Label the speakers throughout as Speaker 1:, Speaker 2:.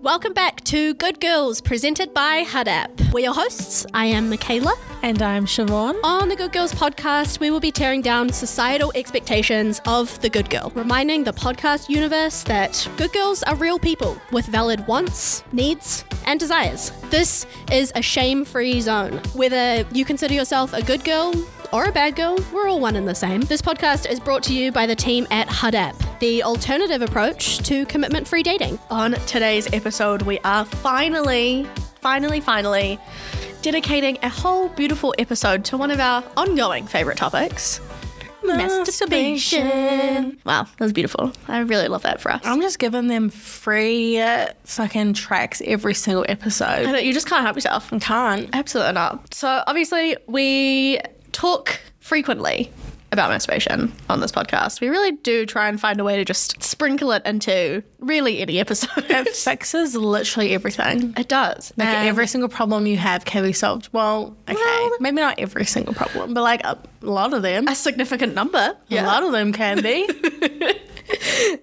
Speaker 1: Welcome back to Good Girls, presented by HUDAP. We're your hosts. I am Michaela.
Speaker 2: And I'm Siobhan.
Speaker 1: On the Good Girls podcast, we will be tearing down societal expectations of the good girl, reminding the podcast universe that good girls are real people with valid wants, needs, and desires. This is a shame free zone. Whether you consider yourself a good girl, or a bad girl, we're all one and the same. This podcast is brought to you by the team at HUDAP, the alternative approach to commitment free dating.
Speaker 3: On today's episode, we are finally, finally, finally dedicating a whole beautiful episode to one of our ongoing favourite topics.
Speaker 1: Masturbation.
Speaker 3: Wow, that was beautiful. I really love that for us.
Speaker 2: I'm just giving them free uh, fucking tracks every single
Speaker 3: I
Speaker 2: episode.
Speaker 3: don't- you just can't help yourself.
Speaker 2: I can't.
Speaker 3: Absolutely not. So obviously we talk frequently about masturbation on this podcast. We really do try and find a way to just sprinkle it into really any episode.
Speaker 2: It fixes literally everything.
Speaker 3: It does.
Speaker 2: Like
Speaker 3: And-
Speaker 2: every single problem you have can be solved. Well, okay,
Speaker 3: Well-
Speaker 2: maybe not every single problem, but like a lot of them.
Speaker 3: a significant number.
Speaker 2: A lot of them can be.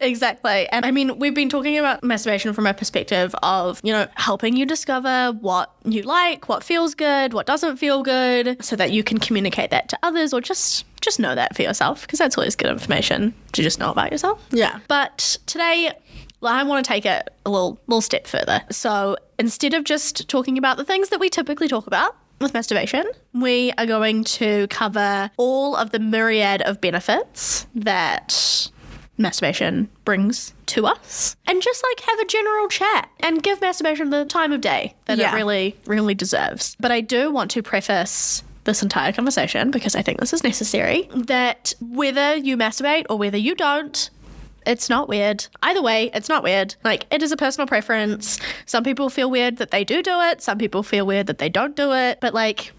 Speaker 3: Exactly. And I mean, we've been talking about masturbation from a perspective of, you know, helping you discover what you like, what feels good, what doesn't feel good, so that you can communicate that to others or just just know that for yourself because that's always good information to just know about yourself.
Speaker 2: yeah.
Speaker 3: But today, well, I want to take it a little, little step further. So instead of just talking about the things that we typically talk about with masturbation, we are going to cover all of the myriad of benefits that masturbation brings to us and just like have a general chat and give masturbation the time of day that
Speaker 2: Yeah.
Speaker 3: it really, really deserves. But I do want to preface this entire conversation because I think this is necessary that whether you masturbate or whether you don't, it's not weird. Either way, it's not weird. Like, it is a personal preference. Some people feel weird that they do do it, some people feel weird that they don't do it. But, like,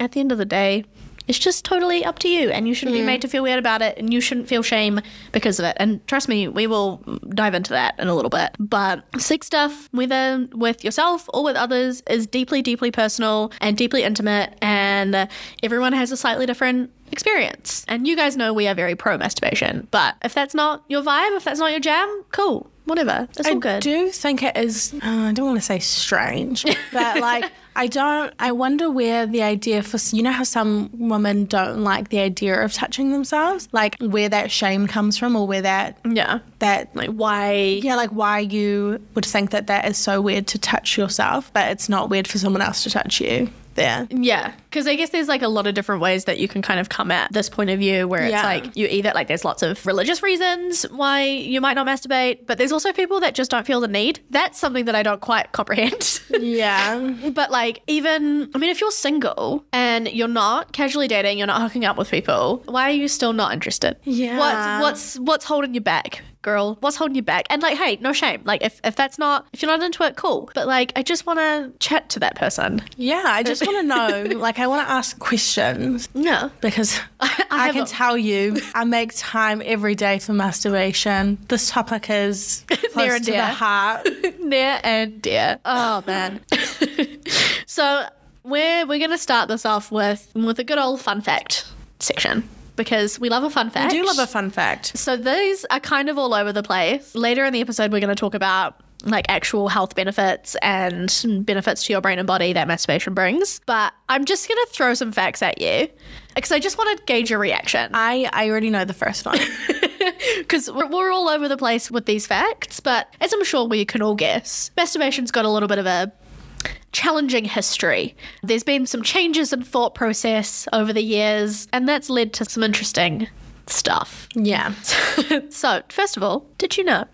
Speaker 3: at the end of the day, it's just totally up to you, and you
Speaker 2: Mm.
Speaker 3: shouldn't be made to feel weird about it, and you shouldn't feel shame because of it. And trust me, we will dive into that in a little bit. But sex stuff, whether with yourself or with others, is deeply, deeply personal and deeply intimate, and uh, everyone has a slightly different experience. And you guys know we are very pro masturbation, but if that's not your vibe, if that's not your jam, cool, whatever. That's all
Speaker 2: I
Speaker 3: good.
Speaker 2: do think it is. Uh, I don't want to say strange, but like I don't. I wonder where the idea for you know how some women don't like the idea of touching themselves, like where that shame comes from, or where that
Speaker 3: yeah.
Speaker 2: that
Speaker 3: Like, why?
Speaker 2: yeah, like why you would think that that is so weird to touch yourself, but it's not weird for someone else to touch you. There,
Speaker 3: Yeah, because I guess there's like a lot of different ways that you can kind of come at this point of view where it's
Speaker 2: Yeah.
Speaker 3: like you either like there's lots of religious reasons why you might not masturbate, but there's also people that just don't feel the need. That's something that I don't quite comprehend.
Speaker 2: yeah.
Speaker 3: but like even I mean if you're single and you're not casually dating, you're not hooking up with people, why are you still not interested?
Speaker 2: Yeah.
Speaker 3: What's what's what's holding you back? Girl, what's holding you back? And like, hey, no shame. Like, if, if that's not, if you're not into it, cool. But like, I just want to chat to that person.
Speaker 2: Yeah, I just want to know. Like, I want to ask questions
Speaker 3: Yeah.
Speaker 2: because I,
Speaker 3: I have
Speaker 2: can
Speaker 3: a-
Speaker 2: tell you, I make time every day for masturbation. This topic is close
Speaker 3: Near and
Speaker 2: to
Speaker 3: dear.
Speaker 2: the heart.
Speaker 3: near and dear. Oh man. so we're we're gonna start this off with with a good old fun fact section because we love a fun
Speaker 2: I
Speaker 3: fact.
Speaker 2: do love a fun fact.
Speaker 3: So these are kind of all over the place. Later in the episode, we're gonna talk about like actual health benefits and benefits to your brain and body that masturbation brings. But I'm just gonna throw some facts at you because I just want to gauge your reaction.
Speaker 2: I, I already know the first one.
Speaker 3: because we're, we're all over the place with these facts, but as I'm sure we can all guess, masturbation's got a little bit of a challenging history. There's been some changes in thought process over the years, and that's led to some interesting stuff.
Speaker 2: yeah.
Speaker 3: so, first of all, did you know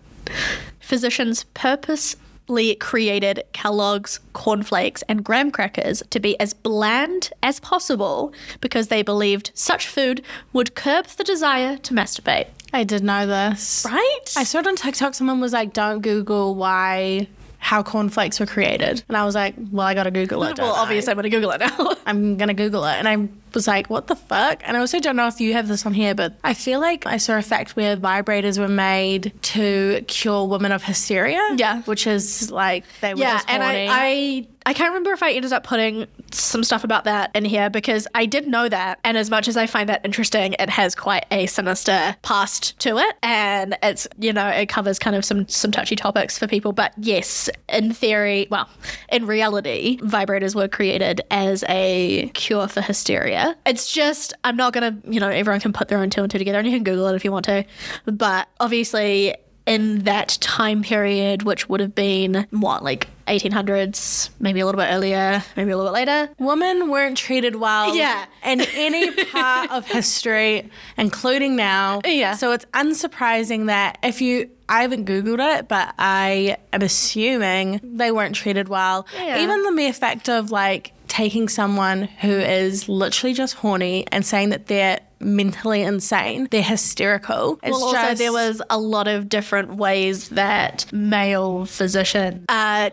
Speaker 3: physicians purposely created Kellogg's cornflakes and graham crackers to be as bland as possible because they believed such food would curb the desire to masturbate?
Speaker 2: I did know this.
Speaker 3: Right?
Speaker 2: I saw it on TikTok. Someone was like, don't Google why, how cornflakes were created. And I was like, well, I got to Google it.
Speaker 3: well,
Speaker 2: don't I?
Speaker 3: obviously, I'm going to Google it now.
Speaker 2: I'm gonna Google it. And I was like, what the fuck? And I also don't know if you have this on here, but I feel like I saw a fact where vibrators were made to cure women of hysteria.
Speaker 3: Yeah.
Speaker 2: Which is like they were
Speaker 3: yeah,
Speaker 2: just
Speaker 3: and I,
Speaker 2: horny.
Speaker 3: I I can't remember if I ended up putting some stuff about that in here because I did know that. And as much as I find that interesting, it has quite a sinister past to it. And it's, you know, it covers kind of some, some touchy topics for people. But yes, in theory, well, in reality, vibrators were created as a cure for hysteria. It's just, I'm not going to, you know, everyone can put their own two and two together and you can Google it if you want to. But obviously, in that time period, which would have been what, like 1800s, maybe a little bit earlier, maybe a little bit later.
Speaker 2: Women weren't treated well
Speaker 3: Yeah.
Speaker 2: in any part of history, including now.
Speaker 3: Yeah.
Speaker 2: So it's unsurprising that if you, I haven't Googled it, but I am assuming they weren't treated well.
Speaker 3: Yeah.
Speaker 2: Even the mere fact of like taking someone who is literally just horny and saying that they're mentally insane, they're hysterical. It's
Speaker 3: Well, also there was a lot of different ways that male physicians uh,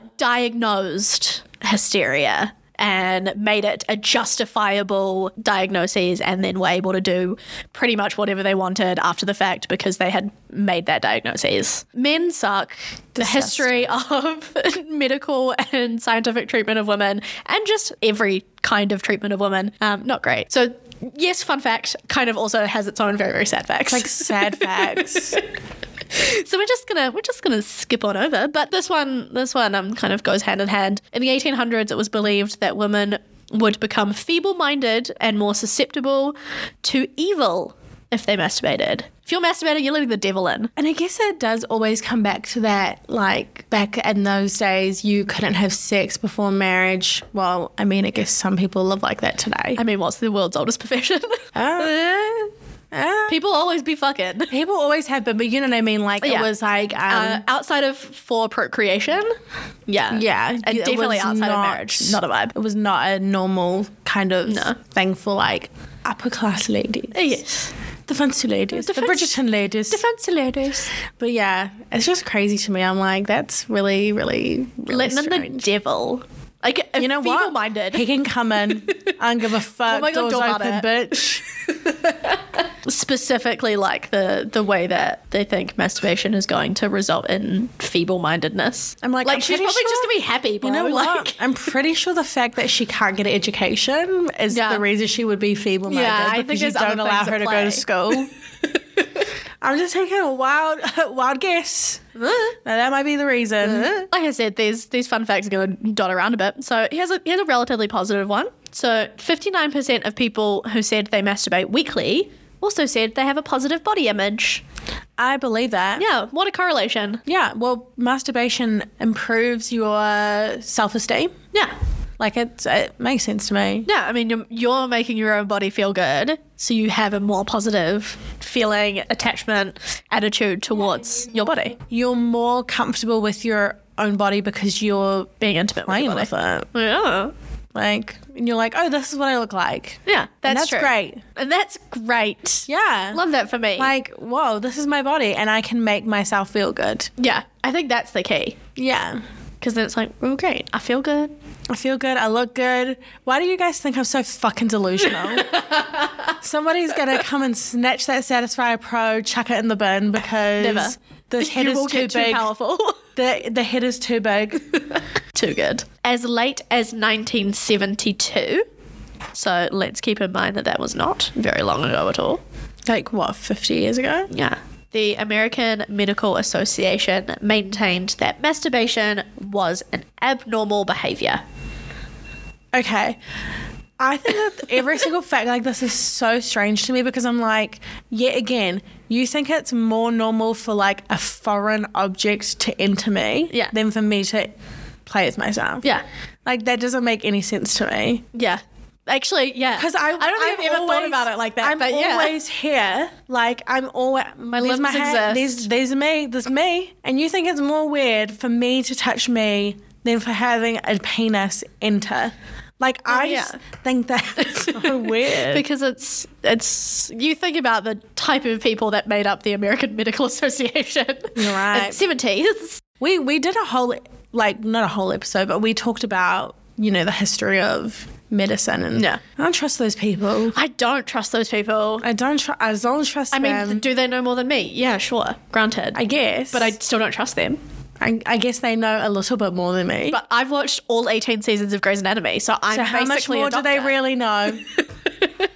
Speaker 3: diagnosed hysteria and made it a justifiable diagnosis and then were able to do pretty much whatever they wanted after the fact because they had made that diagnosis. Men suck. The history of medical and scientific treatment of women and just every kind of treatment of women, um, not great. So yes, fun fact kind of also has its own very, very sad facts.
Speaker 2: like sad facts.
Speaker 3: So we're just gonna we're just gonna skip on over. But this one this one um kind of goes hand in hand. In the 1800s, it was believed that women would become feeble-minded and more susceptible to evil if they masturbated. If you're masturbating, you're letting the devil in.
Speaker 2: And I guess it does always come back to that, like back in those days, you couldn't have sex before marriage. Well, I mean, I guess some people live like that today.
Speaker 3: I mean, what's the world's oldest profession?
Speaker 2: Uh, uh,
Speaker 3: People always be fucking.
Speaker 2: people always have been, but you know what I mean? Like,
Speaker 3: Yeah.
Speaker 2: it was like, um,
Speaker 3: Uh, outside of for procreation, yeah,
Speaker 2: um, yeah.
Speaker 3: and
Speaker 2: it
Speaker 3: definitely
Speaker 2: was
Speaker 3: outside
Speaker 2: not-
Speaker 3: of marriage, not a vibe.
Speaker 2: It was not a normal kind of thing for like upper class ladies.
Speaker 3: Yes,
Speaker 2: The fancy ladies. The,
Speaker 3: The fancy-
Speaker 2: Bridgerton ladies.
Speaker 3: fancy ladies.
Speaker 2: but yeah, it's just crazy to me. I'm like, that's really, really, really
Speaker 3: Letting in the
Speaker 2: strange.
Speaker 3: devil. Like,
Speaker 2: You know what?
Speaker 3: Feeble-minded.
Speaker 2: He can come in. I don't give a fuck.
Speaker 3: Oh my God,
Speaker 2: Doors
Speaker 3: don't
Speaker 2: open,
Speaker 3: bother.
Speaker 2: bitch.
Speaker 3: specifically like the the way that they think masturbation is going to result in feeble mindedness.
Speaker 2: I'm like, I'm
Speaker 3: she's
Speaker 2: pretty
Speaker 3: probably
Speaker 2: sure-
Speaker 3: just gonna be happy, bro.
Speaker 2: You know
Speaker 3: like,
Speaker 2: what? I'm pretty sure the fact that she can't get an education is
Speaker 3: Yeah.
Speaker 2: the reason she would be feeble-minded.
Speaker 3: Yeah, I
Speaker 2: because
Speaker 3: think
Speaker 2: you
Speaker 3: there's other
Speaker 2: don't allow
Speaker 3: things
Speaker 2: her
Speaker 3: at
Speaker 2: to go to school. I'm just taking a wild, wild guess. Now, that might be the reason.
Speaker 3: like I said, these these fun facts are going to dot around a bit. So here's a here's a relatively positive one. So 59% of people who said they masturbate weekly also said they have a positive body image.
Speaker 2: I believe that.
Speaker 3: Yeah, what a correlation.
Speaker 2: Yeah, well, masturbation improves your self-esteem.
Speaker 3: Yeah.
Speaker 2: Like it, it makes sense to me.
Speaker 3: Yeah, I mean, you're, you're making your own body feel good, so you have a more positive feeling, attachment, attitude towards your body.
Speaker 2: You're more comfortable with your own body because you're
Speaker 3: being intimate with
Speaker 2: playing
Speaker 3: your
Speaker 2: with
Speaker 3: body.
Speaker 2: it.
Speaker 3: Yeah,
Speaker 2: Like, and you're like, oh, this is what I look like.
Speaker 3: yeah, that's,
Speaker 2: And that's
Speaker 3: true.
Speaker 2: great.
Speaker 3: and that's great.
Speaker 2: Yeah.
Speaker 3: love that for me.
Speaker 2: Like, whoa, this is my body and I can make myself feel good.
Speaker 3: yeah, I think that's the key
Speaker 2: Yeah.
Speaker 3: because then it's like, oh, great, I feel good.
Speaker 2: I feel good. I look good. Why do you guys think I'm so fucking delusional? Somebody's going to come and snatch that Satisfier Pro, chuck it in the bin because
Speaker 3: Never.
Speaker 2: the head
Speaker 3: you
Speaker 2: is
Speaker 3: will
Speaker 2: too
Speaker 3: get too
Speaker 2: big.
Speaker 3: powerful.
Speaker 2: the, the head is too big.
Speaker 3: too good. As late as 1972. So let's keep in mind that that was not very long ago at all.
Speaker 2: like, what, 50 years ago?
Speaker 3: Yeah. The American Medical Association maintained that masturbation was an abnormal behavior.
Speaker 2: Okay. I think that every single fact like this is so strange to me because I'm like, yet again, you think it's more normal for like a foreign object to enter me
Speaker 3: Yeah.
Speaker 2: than for me to play with myself.
Speaker 3: Yeah.
Speaker 2: Like that doesn't make any sense to me.
Speaker 3: Yeah. Actually, yeah.
Speaker 2: Because I,
Speaker 3: I don't
Speaker 2: I'm
Speaker 3: think I've ever
Speaker 2: always-
Speaker 3: thought about it like that.
Speaker 2: I'm
Speaker 3: but yeah.
Speaker 2: always here. Like I'm always my
Speaker 3: limbs
Speaker 2: my hand,
Speaker 3: exist.
Speaker 2: There's, there's me. There's me. And you think it's more weird for me to touch me than for having a penis enter? Like I
Speaker 3: yeah.
Speaker 2: just think that's so weird.
Speaker 3: because it's it's you think about the type of people that made up the American Medical Association.
Speaker 2: Right.
Speaker 3: Seventies.
Speaker 2: We we did a whole like not a whole episode, but we talked about you know the history of medicine and
Speaker 3: Yeah.
Speaker 2: I don't trust those people.
Speaker 3: I don't trust those people.
Speaker 2: I don't trust. I don't trust
Speaker 3: I mean,
Speaker 2: them.
Speaker 3: do they know more than me? Yeah, sure. Granted.
Speaker 2: I guess,
Speaker 3: but I still don't trust them.
Speaker 2: I, I guess they know a little bit more than me.
Speaker 3: But I've watched all 18 seasons of Grey's Anatomy, so I'm
Speaker 2: so how much
Speaker 3: basically
Speaker 2: more
Speaker 3: a
Speaker 2: do they
Speaker 3: doctor.
Speaker 2: really know?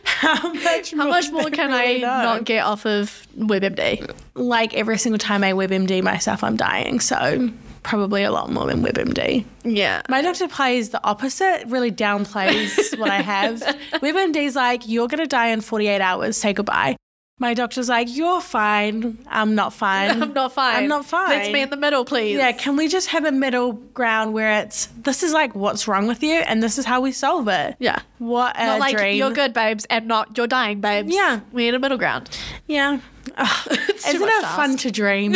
Speaker 2: how much
Speaker 3: How much
Speaker 2: do
Speaker 3: more
Speaker 2: they
Speaker 3: can
Speaker 2: really
Speaker 3: I
Speaker 2: know?
Speaker 3: not get off of WebMD?
Speaker 2: Like every single time I WebMD myself, I'm dying. So probably a lot more than WebMD.
Speaker 3: Yeah.
Speaker 2: My doctor plays the opposite, really downplays what I have. WebMD's like, you're going to die in 48 hours, say goodbye. My doctor's like, you're fine. I'm not fine.
Speaker 3: I'm not fine.
Speaker 2: I'm not fine.
Speaker 3: Let's be in the middle, please.
Speaker 2: Yeah, can we just have a middle ground where it's this is like what's wrong with you and this is how we solve it?
Speaker 3: Yeah.
Speaker 2: What a
Speaker 3: Not like
Speaker 2: dream.
Speaker 3: you're good, babes, and not you're dying, babes.
Speaker 2: Yeah.
Speaker 3: We need a middle ground.
Speaker 2: Yeah. Ugh.
Speaker 3: too
Speaker 2: Isn't
Speaker 3: much
Speaker 2: it
Speaker 3: to
Speaker 2: fun
Speaker 3: ask.
Speaker 2: to dream?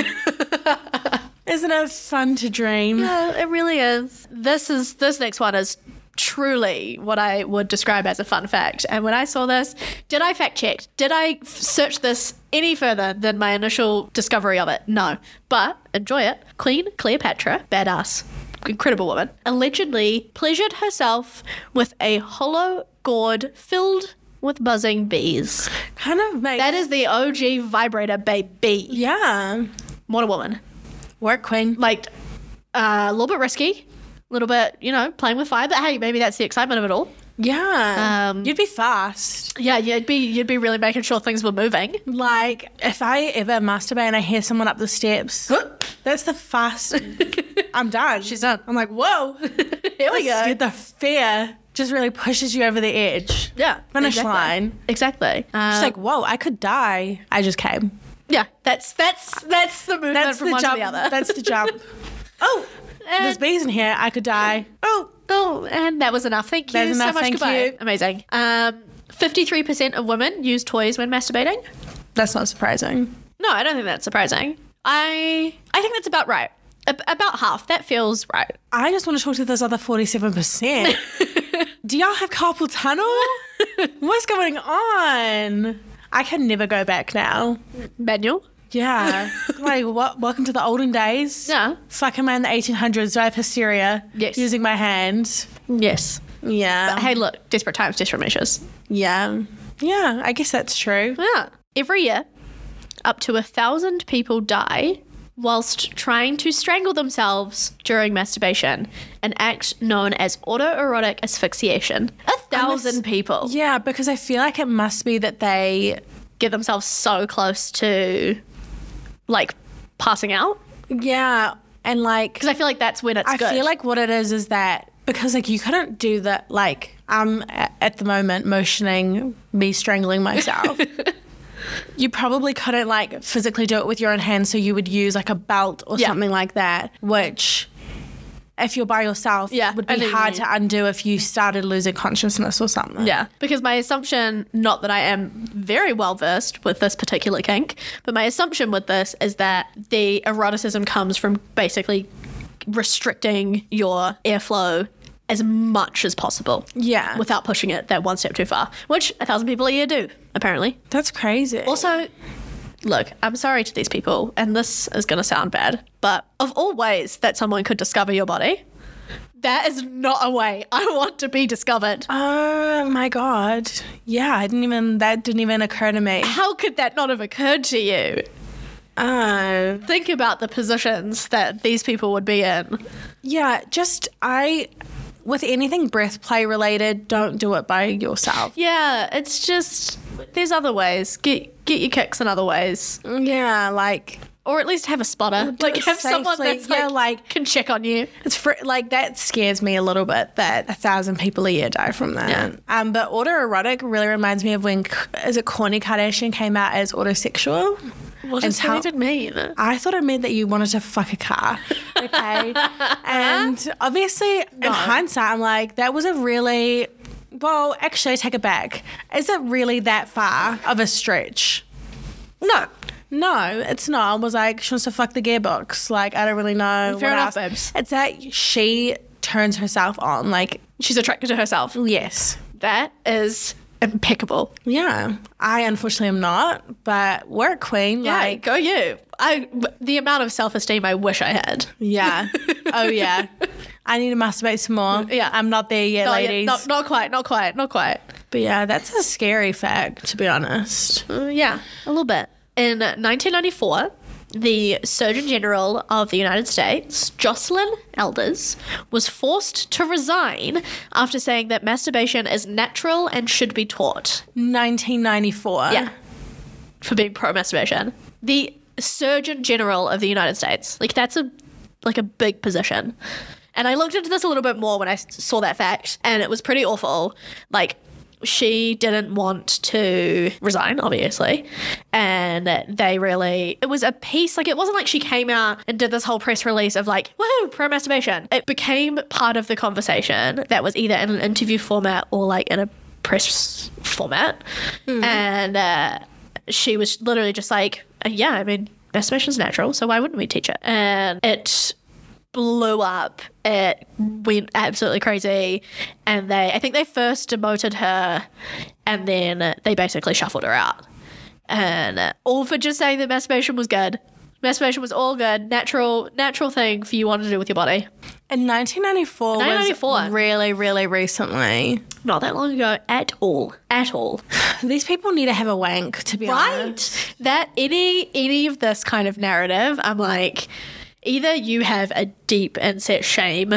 Speaker 2: Isn't it fun to dream?
Speaker 3: Yeah, it really is. This is this next one is truly what I would describe as a fun fact. And when I saw this, did I fact check? Did I f- search this any further than my initial discovery of it? No. But enjoy it. Queen Cleopatra, badass, incredible woman, allegedly pleasured herself with a hollow gourd filled with buzzing bees.
Speaker 2: Kind of makes
Speaker 3: That is the OG vibrator baby.
Speaker 2: Yeah.
Speaker 3: What a woman
Speaker 2: Work queen.
Speaker 3: like uh, a little bit risky, a little bit, you know, playing with fire. But hey, maybe that's the excitement of it all.
Speaker 2: Yeah.
Speaker 3: Um,
Speaker 2: You'd be fast.
Speaker 3: Yeah, you'd be you'd be really making sure things were moving.
Speaker 2: Like if I ever masturbate and I hear someone up the steps, that's the fast I'm done. She's done. I'm like, whoa.
Speaker 3: Here we
Speaker 2: This-
Speaker 3: go.
Speaker 2: The fear just really pushes you over the edge.
Speaker 3: Yeah,
Speaker 2: Finish
Speaker 3: exactly.
Speaker 2: line.
Speaker 3: Exactly. Um,
Speaker 2: It's like, whoa, I could die. I just came.
Speaker 3: yeah, that's that's that's the movement
Speaker 2: That's
Speaker 3: from
Speaker 2: the
Speaker 3: one
Speaker 2: jump.
Speaker 3: to the other.
Speaker 2: That's the jump. oh, there's
Speaker 3: and,
Speaker 2: bees in here. I could die. Oh,
Speaker 3: oh, and that was enough. Thank you
Speaker 2: That's
Speaker 3: so
Speaker 2: enough,
Speaker 3: much.
Speaker 2: thank
Speaker 3: Goodbye.
Speaker 2: you.
Speaker 3: Amazing. Um, fifty-three percent of women use toys when masturbating.
Speaker 2: that's not surprising.
Speaker 3: No, I don't think that's surprising. I I think that's about right. Ab- about half. That feels right.
Speaker 2: I just want to talk to those other 47%. Do y'all have carpal tunnel? What's going on? I can never go back now.
Speaker 3: Manual.
Speaker 2: Yeah. like, what? Welcome to the olden days.
Speaker 3: Yeah.
Speaker 2: Fuck, am I in the 1800s? I have hysteria?
Speaker 3: Yes.
Speaker 2: Using my hand.
Speaker 3: Yes.
Speaker 2: Yeah.
Speaker 3: Hey, look, desperate times, desperate measures.
Speaker 2: Yeah. Yeah, I guess that's true.
Speaker 3: Yeah. Every year, up to a thousand people die whilst trying to strangle themselves during masturbation, an act known as autoerotic asphyxiation. A thousand people
Speaker 2: Yeah, because I feel like it must be that they.
Speaker 3: get themselves so close to like passing out
Speaker 2: Yeah. And like,
Speaker 3: because I feel like that's when it's
Speaker 2: I
Speaker 3: good.
Speaker 2: feel like what it is is that because like you couldn't do that, like, I'm a- at the moment motioning me strangling myself. You probably couldn't like physically do it with your own hand, so you would use like a belt or
Speaker 3: Yeah.
Speaker 2: something like that, which if you're by yourself
Speaker 3: Yeah,
Speaker 2: would
Speaker 3: I
Speaker 2: be
Speaker 3: know what you
Speaker 2: hard
Speaker 3: mean.
Speaker 2: to undo if you started losing consciousness or something.
Speaker 3: Yeah. Because my assumption, not that I am very well versed with this particular kink, but my assumption with this is that the eroticism comes from basically restricting your airflow as much as possible.
Speaker 2: Yeah.
Speaker 3: Without pushing it that one step too far, which a thousand people a year do, apparently.
Speaker 2: That's crazy.
Speaker 3: Also, look, I'm sorry to these people, and this is going to sound bad, but of all ways that someone could discover your body, that is not a way I want to be discovered.
Speaker 2: Oh my god. Yeah, I didn't even that didn't even occur to me.
Speaker 3: How could that not have occurred to you?
Speaker 2: Oh.
Speaker 3: Think about the positions that these people would be in.
Speaker 2: Yeah, just I with anything breath play related, don't do it by yourself.
Speaker 3: Yeah, it's just there's other ways. Get get your kicks in other ways,
Speaker 2: Yeah, like
Speaker 3: or at least have a spotter.
Speaker 2: do
Speaker 3: Like
Speaker 2: it
Speaker 3: have someone
Speaker 2: safely.
Speaker 3: that's
Speaker 2: Yeah,
Speaker 3: like,
Speaker 2: like-
Speaker 3: can check on you.
Speaker 2: it's fr- like that scares me a little bit that a thousand people a year die from that.
Speaker 3: Yeah.
Speaker 2: Um, but autoerotic really reminds me of when is it Kourtney Kardashian came out as autosexual.
Speaker 3: What
Speaker 2: does that even
Speaker 3: mean?
Speaker 2: I thought it meant that you wanted to fuck a car. Okay. and obviously, in hindsight, I'm like, that was a really, well, actually, I take it back. Is it really that far of a stretch?
Speaker 3: No,
Speaker 2: No, it's not. I was like, she wants to fuck the gearbox. Like, I don't really know.
Speaker 3: Fair
Speaker 2: what
Speaker 3: enough,
Speaker 2: else.
Speaker 3: babes.
Speaker 2: It's that she turns herself on. Like,
Speaker 3: she's attracted to herself.
Speaker 2: yes.
Speaker 3: That is impeccable.
Speaker 2: Yeah. I unfortunately am not, but we're a queen.
Speaker 3: Like,
Speaker 2: like,
Speaker 3: go you. I the amount of self esteem I wish I had.
Speaker 2: yeah. oh, yeah. I need to masturbate some more.
Speaker 3: Oh, Yeah.
Speaker 2: I'm not there yet,
Speaker 3: Not, yet-
Speaker 2: ladies.
Speaker 3: not, not quite. Not quite. Not quite.
Speaker 2: But yeah, that's a
Speaker 3: Mm,
Speaker 2: scary fact, to be honest.
Speaker 3: Uh, yeah, a little bit. In 1994, the Surgeon General of the United States, Jocelyn Elders, was forced to resign after saying that masturbation is natural and should be taught.
Speaker 2: 1994.
Speaker 3: Yeah. For being pro masturbation. The Surgeon General of the United States. Like that's a like a big position. And I looked into this a little bit more when I s- saw that fact and it was pretty awful. Like she didn't want to resign obviously and they really it was a piece like it wasn't like she came out and did this whole press release of like woohoo pro masturbation it became part of the conversation that was either in an interview format or like in a press format and uh, she was literally just like, uh, yeah, I mean, masturbation's natural, so why wouldn't we teach it? And it blew up. It went absolutely crazy. And they, I think they first demoted her and then they basically shuffled her out. And uh, all for just saying that masturbation was good. Masturbation was all good, natural, natural thing for you want to do with your body.
Speaker 2: And 1994,
Speaker 3: 1994.
Speaker 2: was really, really recently.
Speaker 3: Not that long ago at all, at all.
Speaker 2: These people need to have a wank, to be honest.
Speaker 3: right that any any of this kind of narrative i'm like either you have a deep and set shame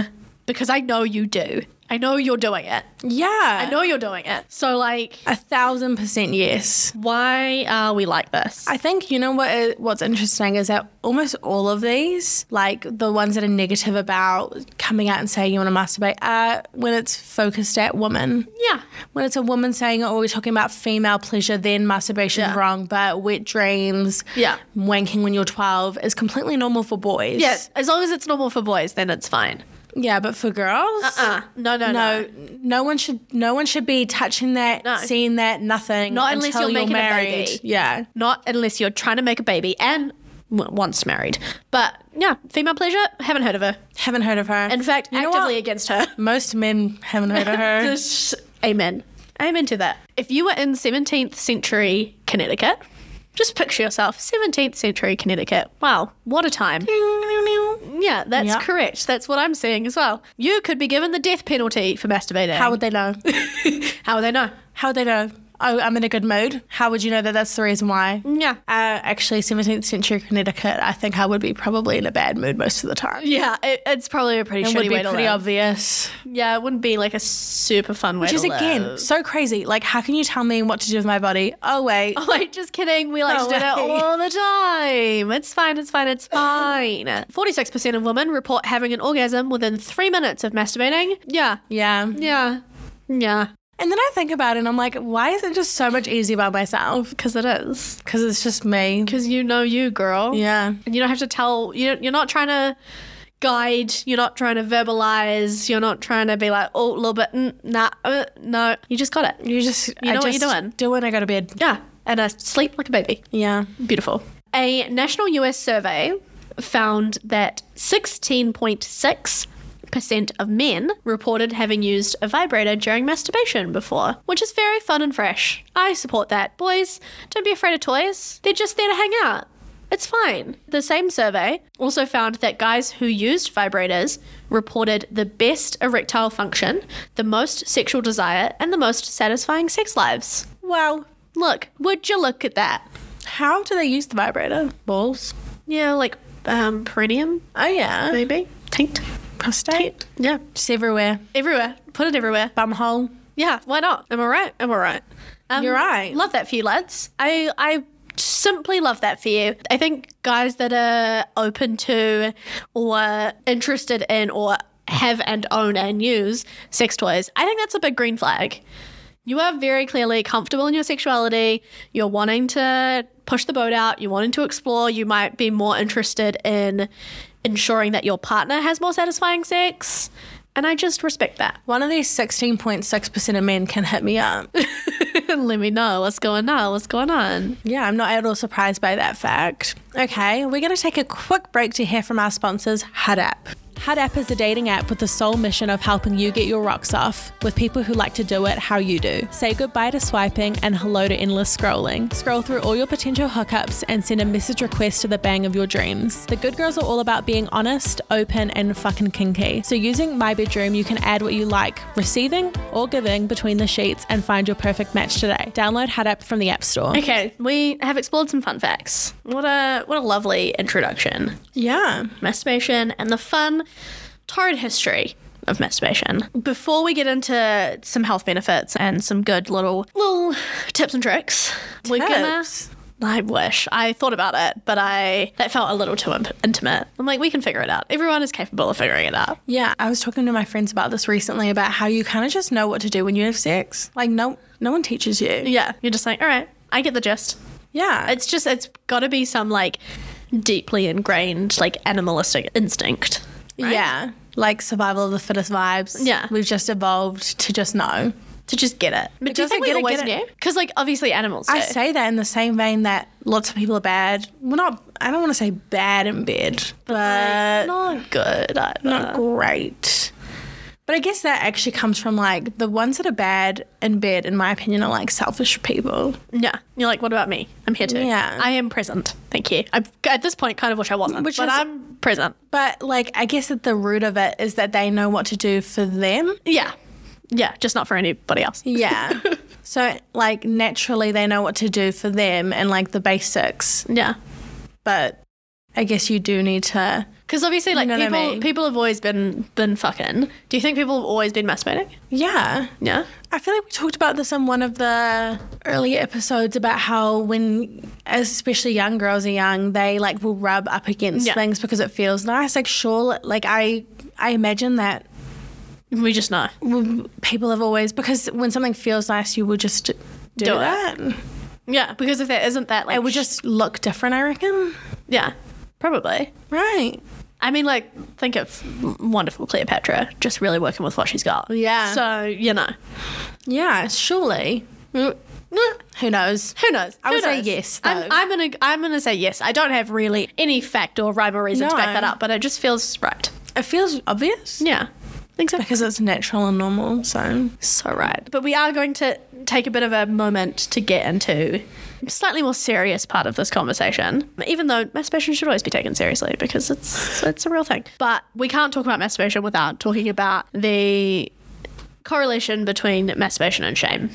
Speaker 3: because i know you do i know you're doing it
Speaker 2: Yeah.
Speaker 3: i know you're doing it so like
Speaker 2: A thousand percent yes.
Speaker 3: why are we like this
Speaker 2: I think you know what i- what's interesting is that almost all of these, like the ones that are negative about coming out and saying you want to masturbate, are when it's focused at women.
Speaker 3: yeah
Speaker 2: When it's a woman saying, "Oh, we're talking about female pleasure," then masturbation
Speaker 3: Yeah.
Speaker 2: wrong, but wet dreams,
Speaker 3: Yeah.
Speaker 2: wanking when you're 12 is completely normal for boys.
Speaker 3: yeah as long as it's normal for boys then it's fine
Speaker 2: yeah, but for girls,
Speaker 3: uh no no no,
Speaker 2: no, no one should, no one should be touching that,
Speaker 3: No.
Speaker 2: seeing that, nothing.
Speaker 3: Not unless
Speaker 2: until
Speaker 3: you're making a
Speaker 2: married.
Speaker 3: baby.
Speaker 2: Yeah,
Speaker 3: not unless you're trying to make a baby and w- once married but yeah female pleasure haven't heard of her
Speaker 2: haven't heard of her.
Speaker 3: in fact
Speaker 2: You know what?
Speaker 3: actively against her
Speaker 2: Most men haven't heard of her.
Speaker 3: Just- amen. Amen to that. If you were in 17th century Connecticut, just picture yourself 17th century Connecticut. Wow, what a time. Yeah, that's
Speaker 2: Yeah.
Speaker 3: correct. That's what I'm seeing as well. You could be given the death penalty for masturbating.
Speaker 2: How would they know?
Speaker 3: How would they know?
Speaker 2: How would they know? Oh, I'm in a good mood. How would you know that that's the reason why?
Speaker 3: Yeah.
Speaker 2: Uh, actually, 17th century Connecticut, I think I would be probably in a bad mood most of the time.
Speaker 3: Yeah, it, it's probably a pretty
Speaker 2: It would
Speaker 3: shitty
Speaker 2: be
Speaker 3: way to
Speaker 2: pretty
Speaker 3: live.
Speaker 2: obvious.
Speaker 3: yeah, it wouldn't be like a super fun way
Speaker 2: Which
Speaker 3: to
Speaker 2: is, again,
Speaker 3: live.
Speaker 2: so crazy. Like, how can you tell me what to do with my body? Oh, wait.
Speaker 3: Like, just kidding. We like
Speaker 2: No
Speaker 3: to do that
Speaker 2: way.
Speaker 3: all the time. It's fine. It's fine. It's fine. 46% of women report having an orgasm within three minutes of masturbating. Yeah.
Speaker 2: Yeah. And
Speaker 3: Yeah. Yeah.
Speaker 2: then I think about it and I'm like, why is it just so much easier by myself?
Speaker 3: Because it is.
Speaker 2: Because it's just me.
Speaker 3: Because you know you, girl.
Speaker 2: Yeah.
Speaker 3: And you don't have to tell, you, you're not trying to guide, you're not trying to verbalize, you're not trying to be like, oh, a little bit, mm, nah, uh, no. You just got it.
Speaker 2: You just,
Speaker 3: You
Speaker 2: I
Speaker 3: know what
Speaker 2: just
Speaker 3: you're doing.
Speaker 2: Do it. I go to bed.
Speaker 3: Yeah. And I sleep like a baby.
Speaker 2: Yeah.
Speaker 3: Beautiful. A national US survey found that 16.6% of men reported having used a vibrator during masturbation before, which is very fun and fresh. I support that. Boys, don't be afraid of toys, they're just there to hang out. It's fine. The same survey also found that guys who used vibrators reported the best erectile function, the most sexual desire, and the most satisfying sex lives.
Speaker 2: Well,
Speaker 3: Look, would you look at that?
Speaker 2: how do they use the vibrator? Balls.
Speaker 3: Yeah, like um, perineum,
Speaker 2: Oh yeah,
Speaker 3: maybe. Taint.
Speaker 2: prostate.
Speaker 3: Yeah.
Speaker 2: Just everywhere.
Speaker 3: Everywhere. Put it everywhere.
Speaker 2: Bumhole.
Speaker 3: Yeah, why not? Am I right? Am I right? Um,
Speaker 2: You're right.
Speaker 3: Love that for you, lads. I, I simply love that for you. I think guys that are open to or interested in or have and own and use sex toys, I think that's a big green flag. You are very clearly comfortable in your sexuality. You're wanting to push the boat out. You're wanting to explore. You might be more interested in ensuring that your partner has more satisfying sex. And I just respect that.
Speaker 2: One of these sixteen point six percent of men can hit me up.
Speaker 3: Let me know what's going on. What's going on?
Speaker 2: yeah, I'm not at all surprised by that fact. Okay, we're gonna take a quick break to hear from our sponsors, Hut App. Hut App is a dating app with the sole mission of helping you get your rocks off with people who like to do it how you do. Say goodbye to swiping and hello to endless scrolling. Scroll through all your potential hookups and send a message request to the bang of your dreams. The good girls are all about being honest, open, and fucking kinky. So using My Bedroom, you can add what you like, receiving or giving between the sheets, and find your perfect match today. Download Hut App from the App Store.
Speaker 3: Okay, we have explored some fun facts. What a what a lovely introduction.
Speaker 2: Yeah.
Speaker 3: Masturbation and the fun torrid history of masturbation. Before we get into some health benefits and some good little little tips and tricks, we're gonna
Speaker 2: Tips?
Speaker 3: I wish. I thought about it, but I that felt a little too imp- intimate. I'm like, we can figure it out. Everyone is capable of figuring it out.
Speaker 2: Yeah, I was talking to my friends about this recently about how you kind of just know what to do when you have sex. Like no no one teaches you.
Speaker 3: Yeah, you're just like, all right, I get the gist.
Speaker 2: Yeah.
Speaker 3: It's just it's got to be some like deeply ingrained like animalistic instinct. right?
Speaker 2: Yeah. Like survival of the fittest vibes.
Speaker 3: Yeah.
Speaker 2: We've just evolved to just know.
Speaker 3: to just get it. But do you
Speaker 2: doesn't
Speaker 3: think we
Speaker 2: get it,
Speaker 3: always
Speaker 2: get
Speaker 3: knew?
Speaker 2: it.
Speaker 3: Because like obviously animals.
Speaker 2: I
Speaker 3: do.
Speaker 2: say that in the same vein that lots of people are bad. Well, not, I don't want to say bad in bed, but
Speaker 3: not good. Either.
Speaker 2: not great. But I guess that actually comes from like the ones that are bad in bed, in my opinion, are like selfish people.
Speaker 3: Yeah. You're like, what about me? I'm here too.
Speaker 2: Yeah.
Speaker 3: I am present. Thank you. I at this point kind of wish I wasn't,
Speaker 2: Which
Speaker 3: but
Speaker 2: is-
Speaker 3: I'm present.
Speaker 2: But like, I guess at the root of it is that they know what to do for them.
Speaker 3: Yeah. Yeah. Just not for anybody else.
Speaker 2: Yeah. so like naturally they know what to do for them and like the basics.
Speaker 3: Yeah.
Speaker 2: But I guess you do need to.
Speaker 3: Because obviously, like
Speaker 2: know what I
Speaker 3: people,
Speaker 2: mean.
Speaker 3: people have always been been fucking. Do you think people have always been masturbating?
Speaker 2: Yeah.
Speaker 3: Yeah.
Speaker 2: I feel like we talked about this in one of the earlier episodes about how when, especially young girls are young, they like will rub up against
Speaker 3: Yeah.
Speaker 2: things because it feels nice. Like sure, like I, I imagine that
Speaker 3: We just know.
Speaker 2: people have always because when something feels nice, you would just do,
Speaker 3: Do it.
Speaker 2: that.
Speaker 3: Yeah. Because if there isn't that, like
Speaker 2: It would just look different, I reckon.
Speaker 3: yeah, probably.
Speaker 2: Right.
Speaker 3: I mean, like, think of wonderful Cleopatra just really working with what she's got.
Speaker 2: Yeah.
Speaker 3: So, you know.
Speaker 2: Yeah. Surely.
Speaker 3: Mm, mm,
Speaker 2: Who knows?
Speaker 3: Who knows?
Speaker 2: I
Speaker 3: Who
Speaker 2: would say
Speaker 3: knows?
Speaker 2: yes,
Speaker 3: I'm,
Speaker 2: though.
Speaker 3: I'm gonna I'm gonna say yes. I don't have really any fact or rhyme or reason to back
Speaker 2: No.
Speaker 3: that up, but it just feels right.
Speaker 2: It feels obvious.
Speaker 3: Yeah. Exactly.
Speaker 2: Because it's natural and normal, so
Speaker 3: So right. But we are going to take a bit of a moment to get into a slightly more serious part of this conversation. Even though masturbation should always be taken seriously because it's it's a real thing. But we can't talk about masturbation without talking about the correlation between masturbation and shame.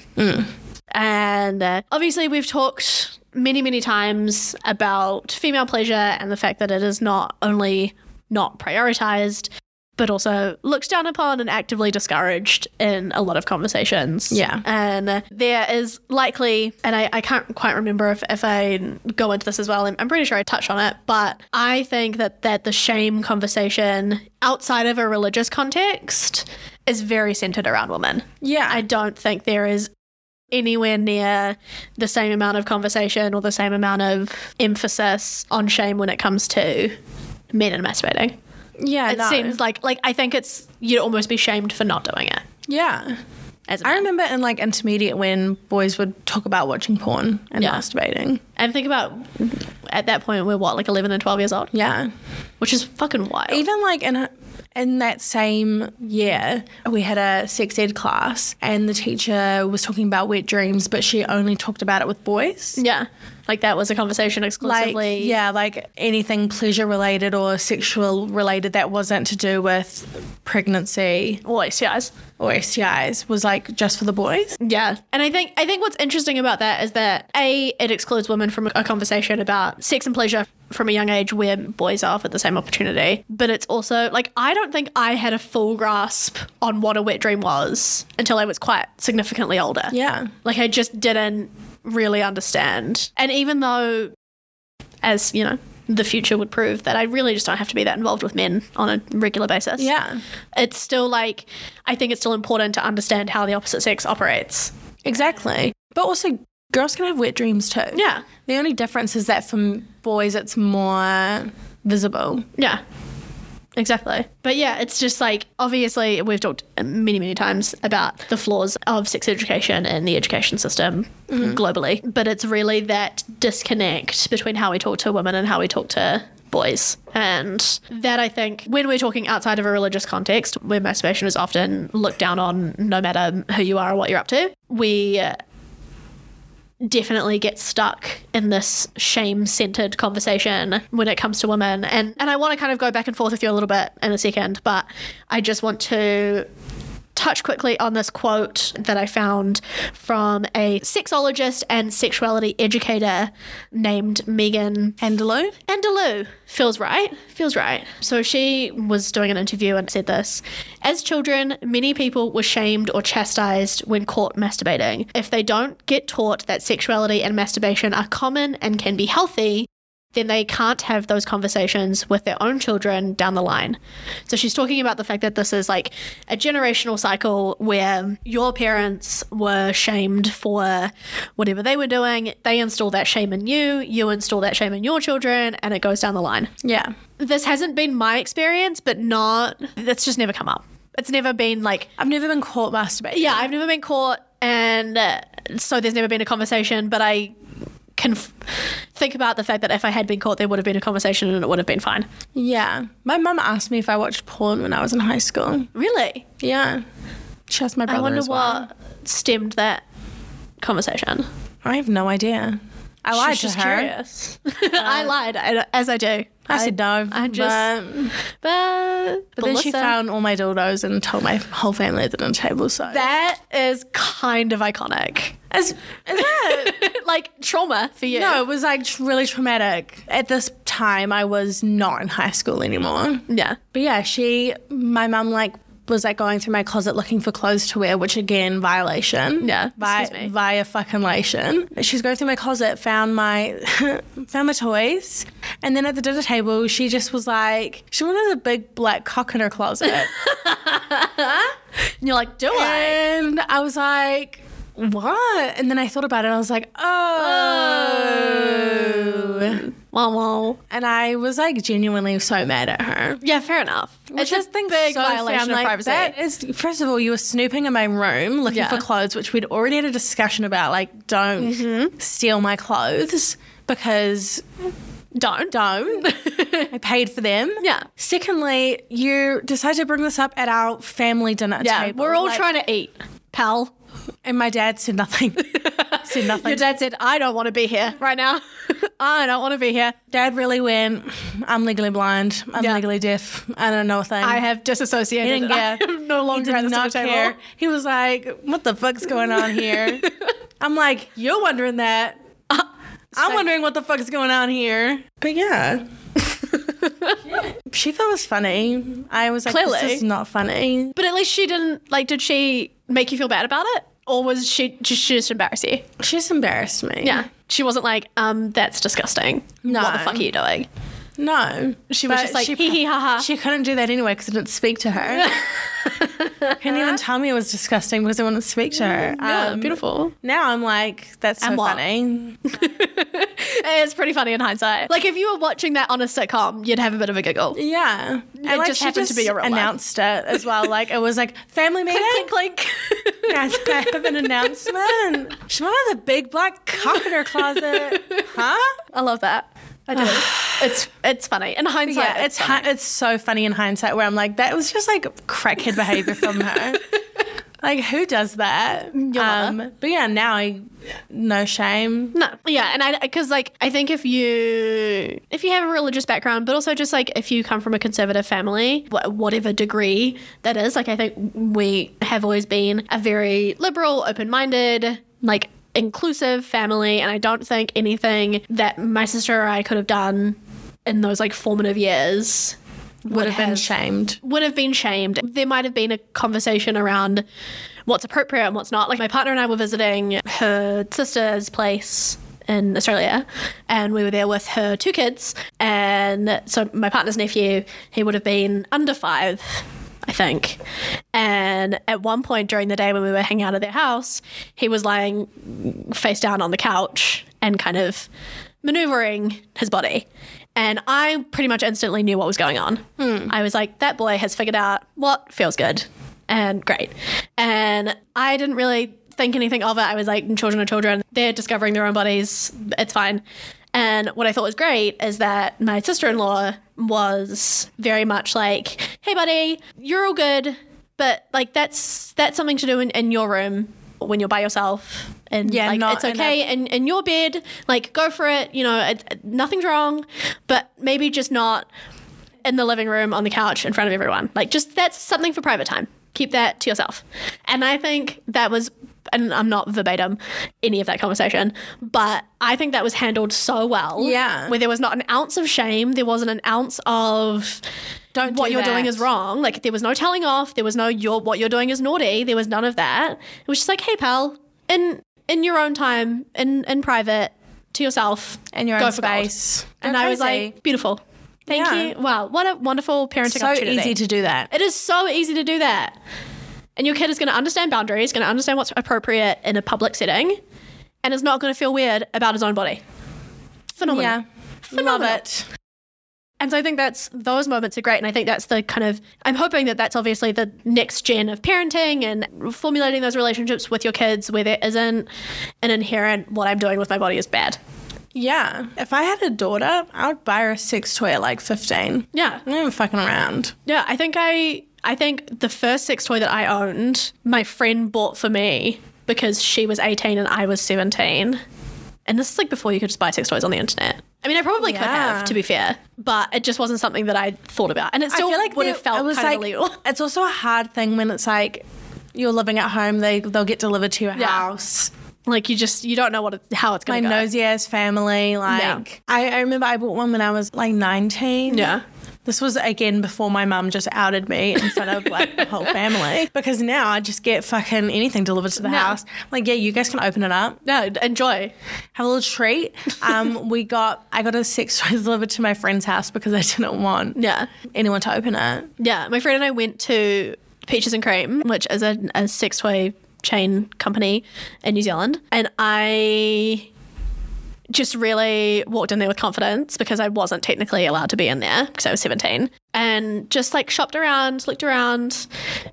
Speaker 3: And uh, obviously, we've talked many, many times about female pleasure and the fact that it is not only not prioritized, but also looked down upon and actively discouraged in a lot of conversations.
Speaker 2: Yeah.
Speaker 3: And uh, there is likely, and I, I can't quite remember if, if I go into this as well, I'm, I'm pretty sure I touched on it, but I think that, that the shame conversation outside of a religious context is very centered around women.
Speaker 2: yeah.
Speaker 3: I don't think there is anywhere near the same amount of conversation or the same amount of emphasis on shame when it comes to men and masturbating.
Speaker 2: yeah.
Speaker 3: It
Speaker 2: no.
Speaker 3: seems like like I think it's you'd almost be shamed for not doing it.
Speaker 2: yeah.
Speaker 3: As a
Speaker 2: I
Speaker 3: man.
Speaker 2: remember in like intermediate when boys would talk about watching porn and
Speaker 3: Yeah.
Speaker 2: masturbating.
Speaker 3: and think about at that point we're what like eleven and twelve years old,
Speaker 2: Yeah.
Speaker 3: which is fucking wild.
Speaker 2: Even like in in that same year, we had a sex ed class and the teacher was talking about wet dreams, but she only talked about it with boys.
Speaker 3: yeah, like that was a conversation
Speaker 2: Like
Speaker 3: exclusively.
Speaker 2: yeah, like anything pleasure related or sexual related that wasn't to do with pregnancy
Speaker 3: Or STIs.
Speaker 2: or STIs was like just for the boys.
Speaker 3: Yeah. And I think I think what's interesting about that is that A, it excludes women from a conversation about sex and pleasure from a young age where boys are offered the same opportunity. But it's also like I don't think I had a full grasp on what a wet dream was until I was quite significantly older.
Speaker 2: Yeah.
Speaker 3: Like I just didn't really understand. And even though as, you know, the future would prove that I really just don't have to be that involved with men on a regular basis
Speaker 2: Yeah.
Speaker 3: it's still like I think it's still important to understand how the opposite sex operates.
Speaker 2: Exactly. But also girls can have wet dreams too.
Speaker 3: Yeah.
Speaker 2: The only difference is that for m- boys, it's more visible.
Speaker 3: Yeah. Exactly. But yeah, it's just like obviously we've talked many, many times about the flaws of sex education and the education system globally. But it's really that disconnect between how we talk to women and how we talk to boys. And that I think when we're talking outside of a religious context where masturbation is often looked down on no matter who you are or what you're up to, we uh, definitely get stuck in this shame centered conversation when it comes to women. And and I want to kind of go back and forth with you a little bit in a second, but I just want to touch quickly on this quote that I found from a sexologist and sexuality educator named Megan
Speaker 2: Andalou?
Speaker 3: Andalou. Feels right. Feels right. So she was doing an interview and said this. As children, many people were shamed or chastised when caught masturbating. If they don't get taught that sexuality and masturbation are common and can be healthy, then they can't have those conversations with their own children down the line. So she's talking about the fact that this is like a generational cycle where your parents were shamed for whatever they were doing. They install that shame in you, you install that shame in your children, and it goes down the line.
Speaker 2: Yeah.
Speaker 3: This hasn't been my experience, but not, that's just never come up. It's never been like,
Speaker 2: I've never been caught masturbating.
Speaker 3: yeah, I've never been caught, and uh, so there's never been a conversation. But I can f- think about the fact that if I had been caught, there would have been a conversation, and it would have been fine.
Speaker 2: Yeah. My mum asked me if I watched porn when I was in high school.
Speaker 3: Really,
Speaker 2: Yeah. She asked my brother.
Speaker 3: I wonder
Speaker 2: as well.
Speaker 3: what stemmed that conversation.
Speaker 2: I have no idea. I lied
Speaker 3: She's
Speaker 2: to
Speaker 3: just
Speaker 2: her. Uh,
Speaker 3: curious. I lied, I- as I do.
Speaker 2: I said no.
Speaker 3: I just-
Speaker 2: but,
Speaker 3: But,
Speaker 2: but then she
Speaker 3: Melissa-
Speaker 2: found all my dildos and told my whole family at the dinner table. So
Speaker 3: that is kind of iconic.
Speaker 2: is, is it?
Speaker 3: like trauma for you.
Speaker 2: No, it was like tr- really traumatic. At this time, I was not in high school anymore.
Speaker 3: Yeah.
Speaker 2: But yeah, she, my mum, like was like going through my closet looking for clothes to wear, which again, violation.
Speaker 3: Yeah,
Speaker 2: Vi-
Speaker 3: excuse me.
Speaker 2: via fucking lation. She's going through my closet, found my found my toys, and then at the dinner table, she just was like, she wanted a big black cock in her closet,
Speaker 3: And you're like, do
Speaker 2: Eh.
Speaker 3: I?
Speaker 2: and I was like. What? And then I thought about it. and I was like, oh.
Speaker 3: Wow, wow.
Speaker 2: And I was like genuinely so mad at her.
Speaker 3: Yeah, fair enough. it's just
Speaker 2: think
Speaker 3: big violation of privacy.
Speaker 2: That is, first of all, you were snooping in my room looking
Speaker 3: Yeah.
Speaker 2: for clothes, which we'd already had a discussion about. Like, don't
Speaker 3: Mm-hmm.
Speaker 2: steal my clothes because
Speaker 3: don't.
Speaker 2: don't. I paid for them.
Speaker 3: Yeah.
Speaker 2: Secondly, you decided to bring this up at our family dinner
Speaker 3: Yeah,
Speaker 2: table.
Speaker 3: we're all
Speaker 2: Like-
Speaker 3: trying to eat, pal.
Speaker 2: And my dad said nothing. said nothing.
Speaker 3: Your dad said, I don't want to be here right now. I don't want to be here.
Speaker 2: Dad really went, I'm legally blind. I'm
Speaker 3: Yeah.
Speaker 2: legally deaf. I don't know a thing.
Speaker 3: I have disassociated.
Speaker 2: He didn't
Speaker 3: I
Speaker 2: care.
Speaker 3: am no
Speaker 2: He
Speaker 3: longer
Speaker 2: did
Speaker 3: at the
Speaker 2: not
Speaker 3: table.
Speaker 2: care. He was like, "What the fuck's going on here?" I'm like, "You're wondering that. I'm wondering what the fuck's going on here." But yeah, she thought it was funny. I was like,
Speaker 3: Clearly.
Speaker 2: "This is not funny."
Speaker 3: But at least she didn't, like, did she make you feel bad about it? Or was she, she, she just embarrassed you?
Speaker 2: She just embarrassed me.
Speaker 3: Yeah. She wasn't like, um, that's disgusting.
Speaker 2: No.
Speaker 3: What the fuck are you doing?
Speaker 2: No,
Speaker 3: She was
Speaker 2: But
Speaker 3: just like,
Speaker 2: she-
Speaker 3: hee hee ha ha.
Speaker 2: she couldn't do that anyway because I didn't speak to her. Couldn't even tell me it was disgusting because I wouldn't speak to her.
Speaker 3: Yeah,
Speaker 2: Um,
Speaker 3: beautiful.
Speaker 2: Now I'm like, that's so
Speaker 3: And what?
Speaker 2: funny.
Speaker 3: It's pretty funny in hindsight. Like, if you were watching that on a sitcom, you'd have a bit of a giggle.
Speaker 2: Yeah. And
Speaker 3: It just
Speaker 2: she
Speaker 3: happened to be a real one.
Speaker 2: announced it as well. Like it was like family meeting.
Speaker 3: Clink, clink, clink.
Speaker 2: Yes, I have an announcement. She wanted a big black cock in her closet. Huh?
Speaker 3: I love that. I do. it's it's funny. In hindsight,
Speaker 2: Yeah, it's
Speaker 3: it's,
Speaker 2: hi- it's so funny in hindsight where I'm like, that was just like crackhead behavior from her. Like who does that? Um,
Speaker 3: mother.
Speaker 2: but yeah, now I no shame.
Speaker 3: No, yeah, and I because like I think if you if you have a religious background, but also just like if you come from a conservative family, wh- whatever degree that is, like I think we have always been a very liberal, open-minded, like inclusive family, and I don't think anything that my sister or I could have done in those like formative years
Speaker 2: Would have been
Speaker 3: have-
Speaker 2: shamed.
Speaker 3: would have been shamed. There might have been a conversation around what's appropriate and what's not. Like my partner and I were visiting her sister's place in Australia and we were there with her two kids and so my partner's nephew, he would have been under 5 I think. And at one point during the day when we were hanging out at their house, he was lying face down on the couch and kind of maneuvering his body. And I pretty much instantly knew what was going on. I was like, that boy has figured out what feels good and great. And I didn't really think anything of it. I was like, children are children. They're discovering their own bodies. It's fine. And what I thought was great is that my sister in law was very much like, hey, buddy, you're all good. But like, that's that's something to do in, in your room when you're by yourself. And
Speaker 2: Yeah,
Speaker 3: like,
Speaker 2: not
Speaker 3: it's
Speaker 2: in a-
Speaker 3: okay in, in your bed. Like, go for it. You know, it, it- nothing's wrong. But maybe just not in the living room on the couch in front of everyone. Like, just that's something for private time. Keep that to yourself. And I think that was, and I'm not verbatim any of that conversation, but I think that was handled so well.
Speaker 2: Yeah.
Speaker 3: Where there was not an ounce of shame, there wasn't an ounce of
Speaker 2: Don't
Speaker 3: what
Speaker 2: do
Speaker 3: you're doing
Speaker 2: that.
Speaker 3: is wrong. Like there was no telling off. There was no your what you're doing is naughty. There was none of that. It was just like, hey pal, in in your own time, in in private, to yourself,
Speaker 2: in your
Speaker 3: go
Speaker 2: own
Speaker 3: for gold.
Speaker 2: space.
Speaker 3: And
Speaker 2: Go
Speaker 3: I was
Speaker 2: crazy.
Speaker 3: like, beautiful. Thank
Speaker 2: Yeah.
Speaker 3: you. Wow, what a wonderful parenting
Speaker 2: so
Speaker 3: opportunity.
Speaker 2: easy to do that.
Speaker 3: it is so easy to do that. And your kid is going to understand boundaries, going to understand what's appropriate in a public setting, and is not going to feel weird about his own body. Phenomenal.
Speaker 2: Yeah, love
Speaker 3: Phenomenal.
Speaker 2: it.
Speaker 3: And so I think that's those moments are great. And I think that's the kind of I'm hoping that that's obviously the next gen of parenting and formulating those relationships with your kids where there isn't an inherent what I'm doing with my body is bad.
Speaker 2: Yeah, if I had a daughter, I would buy her a sex toy at like fifteen.
Speaker 3: Yeah.
Speaker 2: I'm not even fucking around.
Speaker 3: Yeah. I think I I think the first sex toy that I owned, my friend bought for me because she was 18 and I was 17. And this is like before you could just buy sex toys on the internet. I mean, I probably could
Speaker 2: Yeah.
Speaker 3: have, to be fair, but it just wasn't something that I thought about. And it still would
Speaker 2: there-
Speaker 3: have felt
Speaker 2: it was
Speaker 3: kind
Speaker 2: like,
Speaker 3: of illegal.
Speaker 2: It's also a hard thing when it's like you're living at home. They they'll get delivered to your
Speaker 3: Yeah.
Speaker 2: house.
Speaker 3: Like you just you don't know what it, how it's
Speaker 2: My
Speaker 3: going to go.
Speaker 2: nosy ass family. Like I, I remember I bought one when I was like nineteen.
Speaker 3: Yeah.
Speaker 2: This was again before my mum just outed me in front of like the whole family because now I just get fucking anything delivered to the
Speaker 3: No.
Speaker 2: house. Like yeah, you guys can open it up.
Speaker 3: No, enjoy.
Speaker 2: have a little treat. Um, we got I got a sex toy delivered to my friend's house because I didn't want
Speaker 3: Yeah.
Speaker 2: anyone to open it.
Speaker 3: Yeah. My friend and I went to Peaches and Cream, which is a, a sex toy chain company in New Zealand. And I just really walked in there with confidence because I wasn't technically allowed to be in there because I was 17. And just like shopped around, looked around.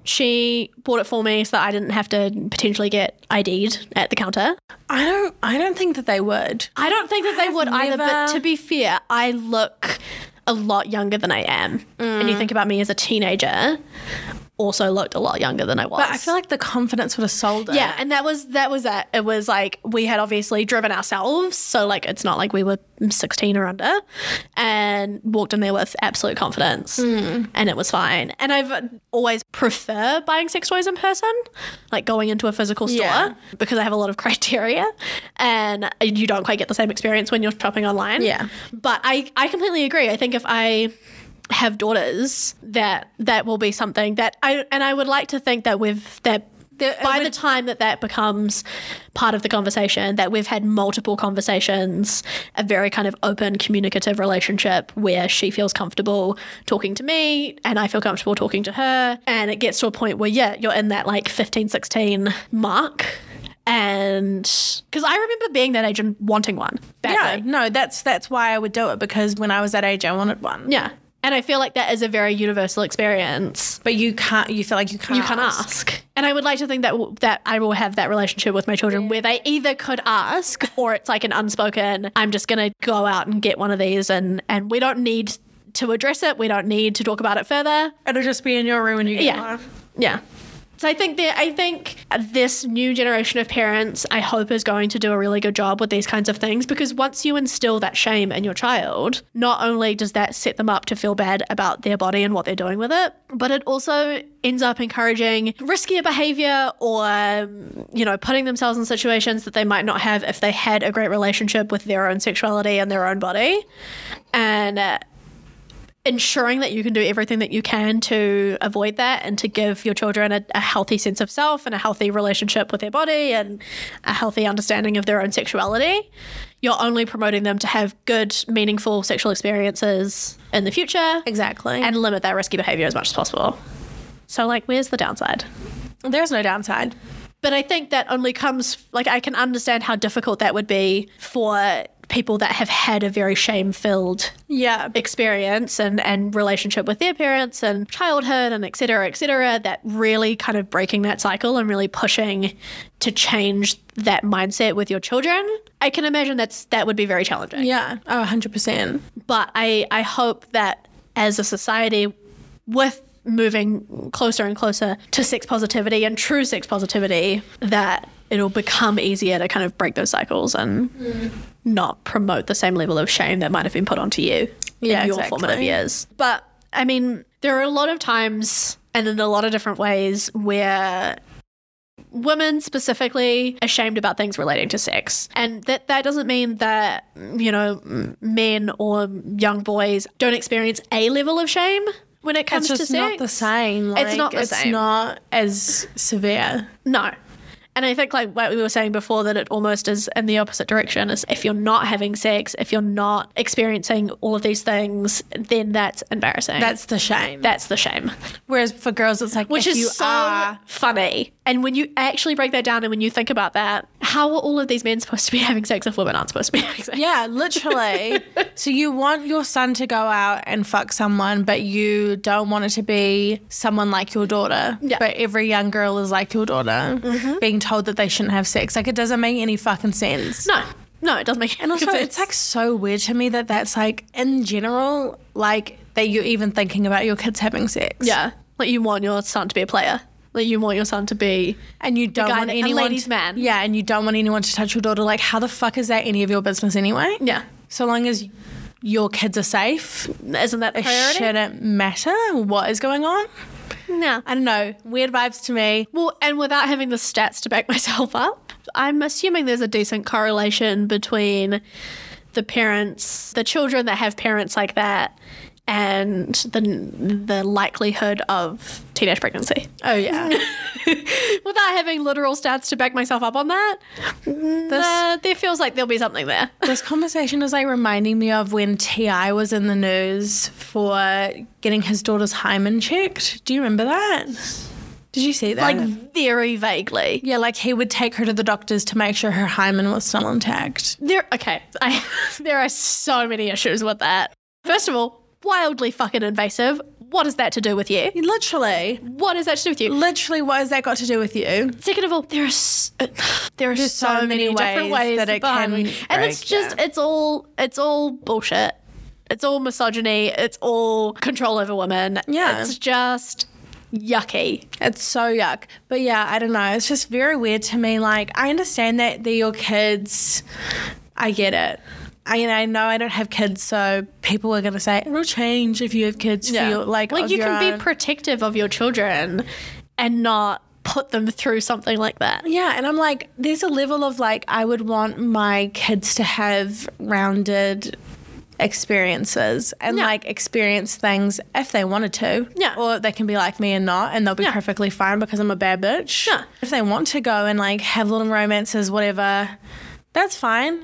Speaker 3: She bought it for me so that I didn't have to potentially get ID'd at the counter.
Speaker 2: I don't I don't think that they would.
Speaker 3: I don't think that they would either, but
Speaker 2: never-
Speaker 3: to be fair, I look a lot younger than I am. And
Speaker 2: Mm.
Speaker 3: you think about me as a teenager, also looked a lot younger than I was.
Speaker 2: But I feel like the confidence would have sold it.
Speaker 3: yeah, and that was that was that. It was like we had obviously driven ourselves, so like it's not like we were 16 or under, and walked in there with absolute confidence,
Speaker 2: Hmm.
Speaker 3: and it was fine. And I've always prefer buying sex toys in person, like going into a physical store
Speaker 2: Yeah.
Speaker 3: because I have a lot of criteria and you don't quite get the same experience when you're shopping online.
Speaker 2: Yeah.
Speaker 3: But I, I completely agree. I think if I have daughters that that will be something that I and I would like to think that we've that
Speaker 2: There-
Speaker 3: by
Speaker 2: it
Speaker 3: the
Speaker 2: would-
Speaker 3: time that that becomes part of the conversation that we've had multiple conversations a very kind of open communicative relationship where she feels comfortable talking to me and I feel comfortable talking to her and it gets to a point where yeah you're in that like 15 16 mark and because I remember being that age and wanting one
Speaker 2: yeah,
Speaker 3: badly.
Speaker 2: no, that's that's why I would do it because when I was that age I wanted one.
Speaker 3: yeah and I feel like that is a very universal experience
Speaker 2: But you can't you feel like you can't
Speaker 3: you can ask. And I would like to think that w- that I will have that relationship with my children where they either could ask or it's like an unspoken I'm just going to go out and get one of these and and we don't need to address it. We don't need to talk about it further.
Speaker 2: It'll just be in your room and you get
Speaker 3: Yeah.
Speaker 2: one.
Speaker 3: Yeah. So I think that I think this new generation of parents, I hope, is going to do a really good job with these kinds of things because once you instill that shame in your child, not only does that set them up to feel bad about their body and what they're doing with it, but it also ends up encouraging riskier behavior or um, you know putting themselves in situations that they might not have if they had a great relationship with their own sexuality and their own body, and. Uh, ensuring that you can do everything that you can to avoid that and to give your children a, a healthy sense of self and a healthy relationship with their body and a healthy understanding of their own sexuality you're only promoting them to have good meaningful sexual experiences in the future
Speaker 2: Exactly.
Speaker 3: and limit that risky behavior as much as possible so like where's the downside
Speaker 2: And there's no downside.
Speaker 3: but I think that only comes like I can understand how difficult that would be for people that have had a very shame filled
Speaker 2: Yeah.
Speaker 3: experience and, and relationship with their parents and childhood and et cetera, et cetera, that really kind of breaking that cycle and really pushing to change that mindset with your children. I can imagine that's that would be very challenging.
Speaker 2: Yeah. Oh, 100%.
Speaker 3: But I, I hope that as a society with moving closer and closer to sex positivity and true sex positivity, that it'll become easier to kind of break those cycles and
Speaker 2: Mm.
Speaker 3: not promote the same level of shame that might have been put onto you
Speaker 2: Yeah,
Speaker 3: in your
Speaker 2: exactly.
Speaker 3: formative years. But I mean, there are a lot of times and in a lot of different ways where women specifically ashamed about things relating to sex and that that doesn't mean that you know m- men or young boys don't experience a level of shame when it comes
Speaker 2: It's just
Speaker 3: to sex
Speaker 2: not the same.
Speaker 3: It's not
Speaker 2: like,
Speaker 3: the
Speaker 2: it's
Speaker 3: same.
Speaker 2: not as severe.
Speaker 3: no and i think like what we were saying before that it almost is in the opposite direction is if you're not having sex if you're not experiencing all of these things then that's embarrassing
Speaker 2: That's the shame.
Speaker 3: that's the shame
Speaker 2: Whereas for girls, it's like
Speaker 3: which
Speaker 2: if
Speaker 3: is
Speaker 2: you
Speaker 3: so
Speaker 2: are
Speaker 3: funny. And when you actually break that down and when you think about that, how are all of these men supposed to be having sex if women aren't supposed to be having sex?
Speaker 2: Yeah, literally. so you want your son to go out and fuck someone, but you don't want it to be someone like your daughter.
Speaker 3: Yeah. Mm-hmm.
Speaker 2: But every young girl is like your daughter, being told that they shouldn't have sex. Like it doesn't make any fucking sense.
Speaker 3: No, no, it doesn't make any
Speaker 2: And also,
Speaker 3: sense.
Speaker 2: it's like so weird to me that that's like in general, like that you're even thinking about your kids having sex.
Speaker 3: yeah, like you want your son to be a player. Like you want your son to be.
Speaker 2: and you don't
Speaker 3: guy
Speaker 2: want
Speaker 3: that- a
Speaker 2: anyone.
Speaker 3: ladies' man.
Speaker 2: Yeah, and you don't want anyone to touch your daughter. Like, how the fuck is that any of your business anyway?
Speaker 3: Yeah,
Speaker 2: So long as your kids are safe,
Speaker 3: isn't that the
Speaker 2: it
Speaker 3: priority?
Speaker 2: shouldn't matter what is going on.
Speaker 3: No.
Speaker 2: I don't know. Weird vibes to me.
Speaker 3: Well, and without having the stats to back myself up, I'm assuming there's a decent correlation between the parents, the children that have parents like that, and the the likelihood of teenage pregnancy.
Speaker 2: Oh yeah.
Speaker 3: Without having literal stats to back myself up on that, there, there feels like there'll be something there.
Speaker 2: this conversation is like reminding me of when Ti was in the news for getting his daughter's hymen checked. Do you remember that? Did you see that?
Speaker 3: Like very vaguely.
Speaker 2: yeah, like he would take her to the doctors to make sure her hymen was still intact.
Speaker 3: There, okay, I, there are so many issues with that. First of all, wildly fucking invasive. What is that to do with you?
Speaker 2: Literally,
Speaker 3: What is that to do with you?
Speaker 2: literally, what has that got to do with you?
Speaker 3: Second of all, there are s- uh, there are
Speaker 2: There's
Speaker 3: so, many, different ways that it can, and it's
Speaker 2: break,
Speaker 3: just it's all it's all bullshit. It's all misogyny. It's all control over women.
Speaker 2: Yeah.
Speaker 3: it's just yucky.
Speaker 2: It's so yuck. But yeah, I don't know. It's just very weird to me. Like, I understand that they're your kids. I get it. I mean, I know I don't have kids, so people are going to say it'll change if you have kids. Yeah. For your, like,
Speaker 3: like
Speaker 2: of
Speaker 3: you
Speaker 2: your
Speaker 3: can
Speaker 2: own."
Speaker 3: be protective of your children and not put them through something like that.
Speaker 2: yeah, and I'm like, there's a level of like, I would want my kids to have rounded experiences and
Speaker 3: Yeah.
Speaker 2: like experience things if they wanted to.
Speaker 3: Yeah.
Speaker 2: Or they can be like me and not, and they'll be
Speaker 3: Yeah.
Speaker 2: perfectly fine because I'm a bad bitch.
Speaker 3: Yeah.
Speaker 2: If they want to go and like have little romances, whatever, that's fine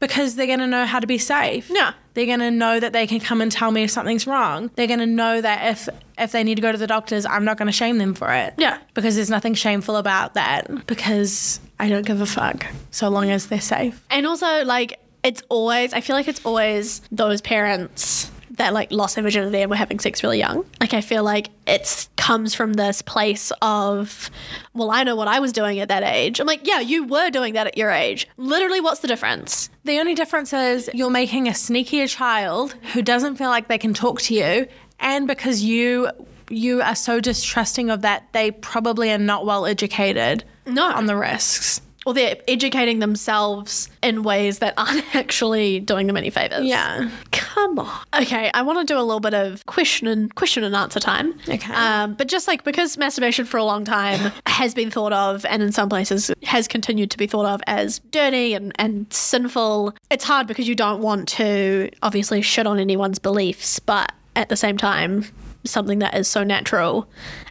Speaker 2: because they're going to know how to be safe.
Speaker 3: Yeah.
Speaker 2: They're going to know that they can come and tell me if something's wrong. They're going to know that if if they need to go to the doctors, I'm not going to shame them for it.
Speaker 3: Yeah.
Speaker 2: Because there's nothing shameful about that because I don't give a fuck so long as they're safe.
Speaker 3: And also, like, it's always, I feel like it's always those parents that, like, lost their virginity and were having sex really young. Like, I feel like it's comes from this place of, well, I know what I was doing at that age. I'm like, yeah, you were doing that at your age. Literally, what's the difference?
Speaker 2: The only difference is you're making a sneakier child who doesn't feel like they can talk to you, and because you you are so distrusting of that, they probably are not well educated
Speaker 3: No.
Speaker 2: on the risks.
Speaker 3: Um, Or they're educating themselves in ways that aren't actually doing them any favors.
Speaker 2: Yeah.
Speaker 3: Come on. Okay, I want to do a little bit of question and question and answer time.
Speaker 2: Okay.
Speaker 3: Um, but just like because masturbation for a long time has been thought of, and in some places has continued to be thought of as dirty and and sinful, it's hard because you don't want to obviously shit on anyone's beliefs, but at the same time, something that is so natural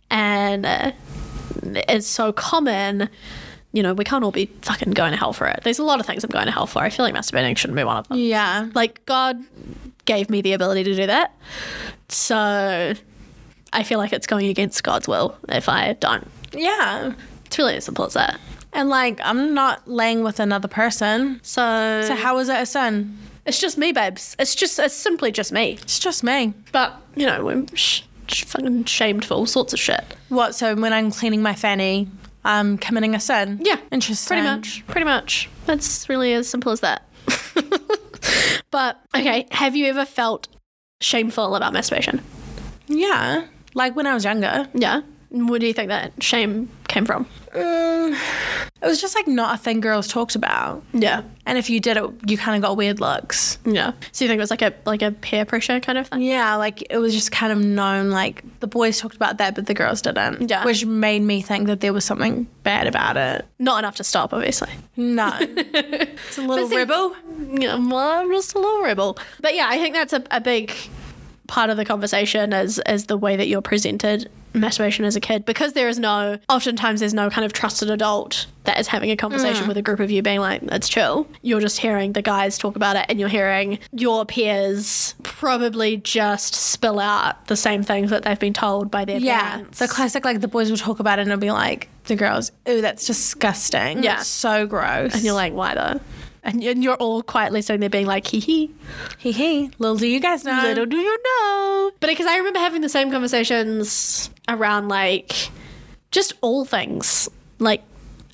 Speaker 3: and uh, is so common. You know, we can't all be fucking going to hell for it. There's a lot of things I'm going to hell for. I feel like masturbating shouldn't be one of them
Speaker 2: Yeah.
Speaker 3: like God gave me the ability to do that. So I feel like it's going against God's will if I don't.
Speaker 2: Yeah.
Speaker 3: It's really as simple as that.
Speaker 2: And like I'm not laying with another person.
Speaker 3: So,
Speaker 2: So how is it a sin?
Speaker 3: it's just me, babes. It's just it's simply just me.
Speaker 2: It's just me.
Speaker 3: But you know, we're sh- sh- fucking shamed for all sorts of shit.
Speaker 2: What? So when I'm cleaning my fanny, I'm committing a sin.
Speaker 3: Yeah,
Speaker 2: Interesting.
Speaker 3: Pretty much. Pretty much. That's really as simple as that. but okay, have you ever felt shameful about masturbation?
Speaker 2: Yeah. Like when I was younger.
Speaker 3: Yeah. Where do you think that shame came from?
Speaker 2: Mm, it was just like not a thing girls talked about.
Speaker 3: Yeah.
Speaker 2: And if you did it, you kind of got weird looks.
Speaker 3: Yeah. So you think it was like a like a peer pressure kind of thing?
Speaker 2: Yeah, like it was just kind of known. Like the boys talked about that, but the girls didn't.
Speaker 3: Yeah.
Speaker 2: Which made me think that there was something bad about it.
Speaker 3: Not enough to stop, obviously.
Speaker 2: No. it's a little
Speaker 3: see-
Speaker 2: rebel.
Speaker 3: Yeah, well, I'm just a little rebel. But yeah, I think that's a, a big part of the conversation is is the way that you're presented masturbation as a kid because there is no oftentimes there's no kind of trusted adult that is having a conversation with a group of you being like it's chill you're just hearing the guys talk about it and you're hearing your peers probably just spill out the same things that they've been told by their
Speaker 2: Yeah.
Speaker 3: parents
Speaker 2: The classic, like the boys would talk about it and it'd be like, the girls, ooh, that's disgusting.
Speaker 3: Yeah.
Speaker 2: That's so gross.
Speaker 3: and you're like why though and and you're all quietly sitting there being like hee hee
Speaker 2: hee hee. Little do you guys know.
Speaker 3: Little do you know. But because I remember having the same conversations around like just all things, like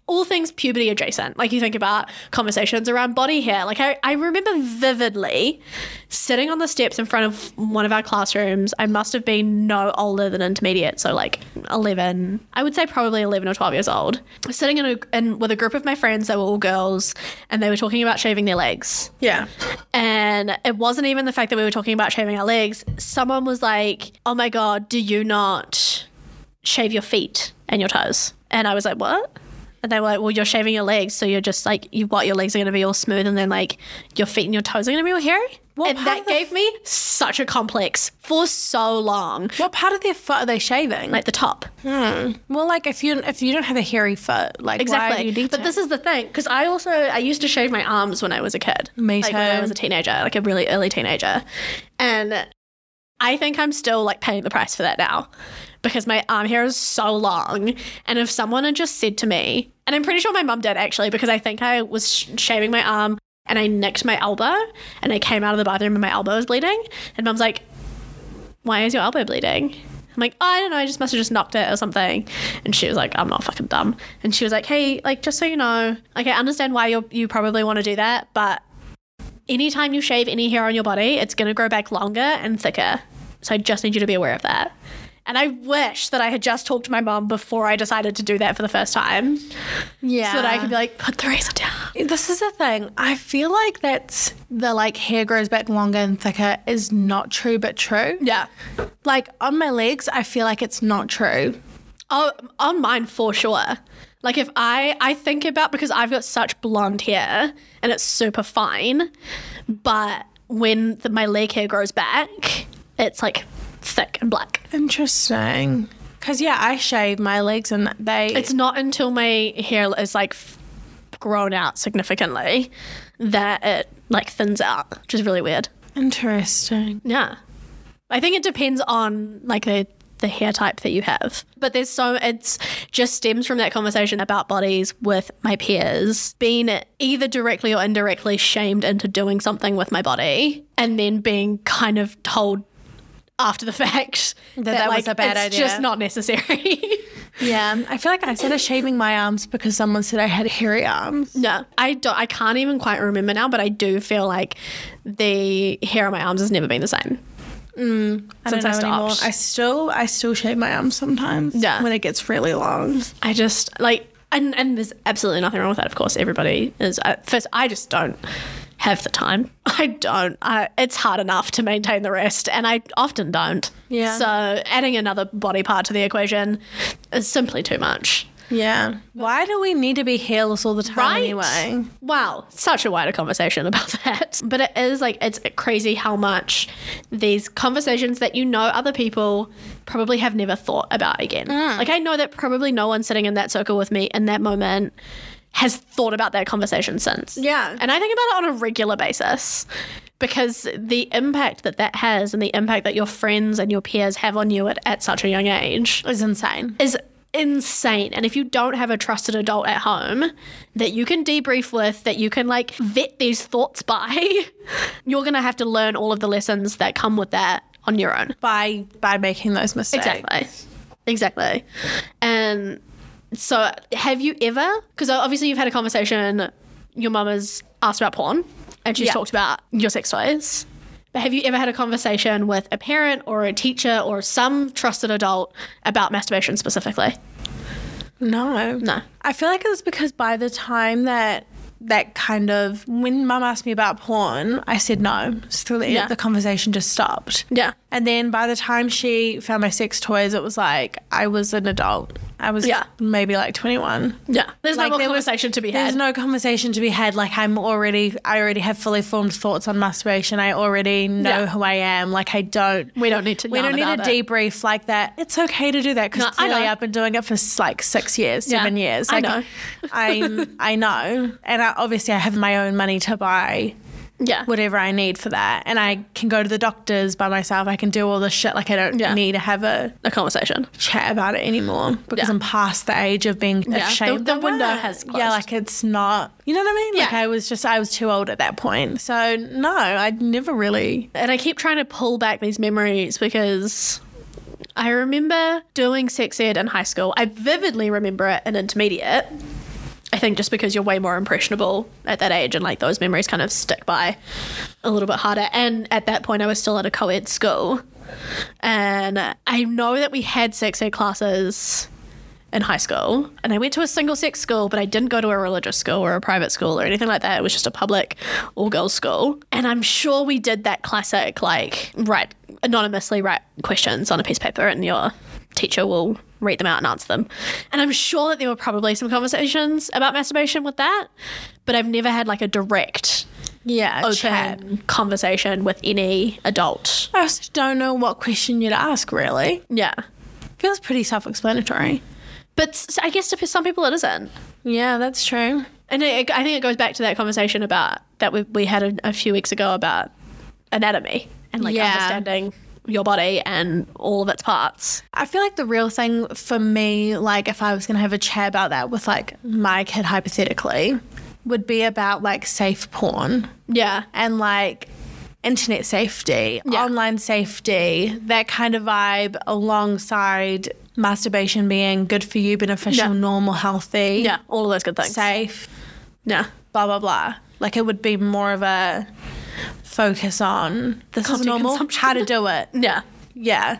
Speaker 3: all things puberty adjacent. Like you think about conversations around body hair. Like I, I remember vividly sitting on the steps in front of one of our classrooms. I must have been no older than intermediate, so like 11. I would say probably 11 or 12 years old. Sitting in, a, in with a group of my friends, they were all girls, and they were talking about shaving their legs.
Speaker 2: Yeah.
Speaker 3: And it wasn't even the fact that we were talking about shaving our legs. Someone was like, Oh my God, do you not shave your feet and your toes? And I was like, What? And they were like, Well, you're shaving your legs. So you're just like, you what? Your legs are going to be all smooth and then like your feet and your toes are going to be all hairy?
Speaker 2: What
Speaker 3: and
Speaker 2: part
Speaker 3: that
Speaker 2: of the-
Speaker 3: gave me such a complex for so long.
Speaker 2: What part of their foot are they shaving?
Speaker 3: Like the top.
Speaker 2: well, like if you if you don't have a hairy foot, like why do you
Speaker 3: Exactly.
Speaker 2: need
Speaker 3: But
Speaker 2: to?
Speaker 3: this is the thing, because I also I used to shave my arms when I was a kid.
Speaker 2: Me
Speaker 3: like When I
Speaker 2: too.
Speaker 3: was a teenager, like a really early teenager, and I think I'm still like paying the price for that now, because my arm hair is so long. And if someone had just said to me, and I'm pretty sure my mum did actually, because I think I was sh- shaving my arm and I nicked my elbow, and I came out of the bathroom and my elbow was bleeding, and mum's like, why is your elbow bleeding? I'm like, oh, I don't know. I just must have just knocked it or something. And she was like, I'm not fucking dumb. And she was like, hey, like, just so you know, like, I understand why you you probably want to do that, but anytime you shave any hair on your body, it's going to grow back longer and thicker. So I just need you to be aware of that. And I wish that I had just talked to my mom before I decided to do that for the first time so
Speaker 2: yeah.
Speaker 3: that I could be like, put the razor down.
Speaker 2: This is the thing. I feel like that's the like hair grows back longer and thicker is not true, but true.
Speaker 3: Yeah.
Speaker 2: Like on my legs, I feel like it's not true.
Speaker 3: Oh, on mine for sure. Like if I I think about because I've got such blonde hair and it's super fine, but when the, my leg hair grows back, it's like thick and black.
Speaker 2: Interesting. Cause yeah, I shave my legs and they.
Speaker 3: It's not until my hair is like f- grown out significantly that it like thins out, which is really weird.
Speaker 2: interesting.
Speaker 3: Yeah. I think it depends on like the the hair type that you have. But there's so it's just stems from that conversation about bodies with my peers, being either directly or indirectly shamed into doing something with my body and then being kind of told after the fact that,
Speaker 2: that was
Speaker 3: like,
Speaker 2: a bad
Speaker 3: it's
Speaker 2: idea.
Speaker 3: just not necessary.
Speaker 2: Yeah, I feel like I started shaving my arms because someone said I had hairy arms.
Speaker 3: no. I don't I can't even quite remember now, but I do feel like the hair on my arms has never been the same.
Speaker 2: Mm. I
Speaker 3: Since
Speaker 2: don't
Speaker 3: I
Speaker 2: know anymore.
Speaker 3: stopped.
Speaker 2: I still, I still shave my arms sometimes.
Speaker 3: Yeah.
Speaker 2: when it gets really long.
Speaker 3: I just like, and and there's absolutely nothing wrong with that. Of course, everybody is. Uh, first, I just don't have the time. I don't. I, it's hard enough to maintain the rest, and I often don't.
Speaker 2: Yeah.
Speaker 3: So adding another body part to the equation is simply too much.
Speaker 2: Yeah. Why do we need to be hairless all the time anyway?
Speaker 3: Wow, such a wider conversation about that. But it is like it's crazy how much these conversations that you know other people probably have never thought about again. Like I know that probably no one sitting in that circle with me in that moment has thought about that conversation since.
Speaker 2: Yeah.
Speaker 3: And I think about it on a regular basis because the impact that that has and the impact that your friends and your peers have on you at, at such a young age
Speaker 2: It's insane.
Speaker 3: is insane. And if you don't have a trusted adult at home that you can debrief with, that you can like vet these thoughts by, you're going to have to learn all of the lessons that come with that on your own.
Speaker 2: By by making those mistakes.
Speaker 3: Exactly. Exactly. And so have you ever, because obviously you've had a conversation, your mum has asked about porn and she's
Speaker 2: Yeah.
Speaker 3: talked about your sex toys. But have you ever had a conversation with a parent or a teacher or some trusted adult about masturbation specifically?
Speaker 2: No.
Speaker 3: No.
Speaker 2: I feel like it's because by the time that that kind of when mum asked me about porn, I said no. So the,
Speaker 3: Yeah.
Speaker 2: the conversation just stopped.
Speaker 3: Yeah.
Speaker 2: And then by the time she found my sex toys, it was like I was an adult. I was
Speaker 3: Yeah.
Speaker 2: maybe like 21.
Speaker 3: Yeah. There's
Speaker 2: Like,
Speaker 3: no more
Speaker 2: there was-
Speaker 3: conversation to be
Speaker 2: There's
Speaker 3: had.
Speaker 2: no conversation to be had. Like I'm already, I already have fully formed thoughts on masturbation. I already know
Speaker 3: Yeah.
Speaker 2: who I am. Like I don't.
Speaker 3: we don't need to
Speaker 2: We
Speaker 3: yarn
Speaker 2: don't need a
Speaker 3: about it.
Speaker 2: debrief like that. It's okay to do that because
Speaker 3: No, I
Speaker 2: clearly
Speaker 3: know.
Speaker 2: I've been doing it for s- like six years,
Speaker 3: Yeah,
Speaker 2: seven years.
Speaker 3: I
Speaker 2: Like,
Speaker 3: know.
Speaker 2: I'm, I know, and I, obviously I have my own money to buy
Speaker 3: Yeah.
Speaker 2: whatever I need for that, and I can go to the doctors by myself. I can do all this shit. Like I don't
Speaker 3: Yeah.
Speaker 2: need to have a
Speaker 3: A conversation.
Speaker 2: chat about it anymore because
Speaker 3: Yeah.
Speaker 2: I'm past the age of being
Speaker 3: Yeah,
Speaker 2: ashamed.
Speaker 3: the- the
Speaker 2: of
Speaker 3: window
Speaker 2: it.
Speaker 3: has
Speaker 2: Yeah,
Speaker 3: closed.
Speaker 2: like it's not. You know what I mean? Like
Speaker 3: Yeah.
Speaker 2: I was just I was too old at that point. So no, I'd never really.
Speaker 3: And I keep trying to pull back these memories because I remember doing sex ed in high school. I vividly remember it in intermediate. I think just because you're way more impressionable at that age and like those memories kind of stick by a little bit harder. And at that point, I was still at a co ed school. And I know that we had sex ed classes in high school. And I went to a single sex school, but I didn't go to a religious school or a private school or anything like that. It was just a public all girls school. And I'm sure we did that classic, like, write anonymously, write questions on a piece of paper and your teacher will read them out and answer them. And I'm sure that there were probably some conversations about masturbation with that, but I've never had like a direct
Speaker 2: Yeah,
Speaker 3: open
Speaker 2: chat.
Speaker 3: conversation with any adult.
Speaker 2: I also don't know what question you'd ask. Really,
Speaker 3: Yeah.
Speaker 2: feels pretty self-explanatory.
Speaker 3: But s- I guess to some people it isn't.
Speaker 2: Yeah, that's true.
Speaker 3: And it, I think it goes back to that conversation about that we, we had a, a few weeks ago about anatomy and like
Speaker 2: Yeah.
Speaker 3: understanding your body and all of its parts.
Speaker 2: I feel like the real thing for me, like if I was going to have a chat about that with like my kid hypothetically, would be about like safe porn.
Speaker 3: Yeah.
Speaker 2: and like internet safety,
Speaker 3: Yeah.
Speaker 2: online safety, that kind of vibe alongside masturbation being good for you, beneficial,
Speaker 3: Yeah.
Speaker 2: normal, healthy,
Speaker 3: Yeah. All of those good things.
Speaker 2: safe,
Speaker 3: yeah.
Speaker 2: blah, blah, blah. Like it would be more of a focus on this is
Speaker 3: Content
Speaker 2: normal,
Speaker 3: consumption.
Speaker 2: how to do it.
Speaker 3: Yeah.
Speaker 2: Yeah.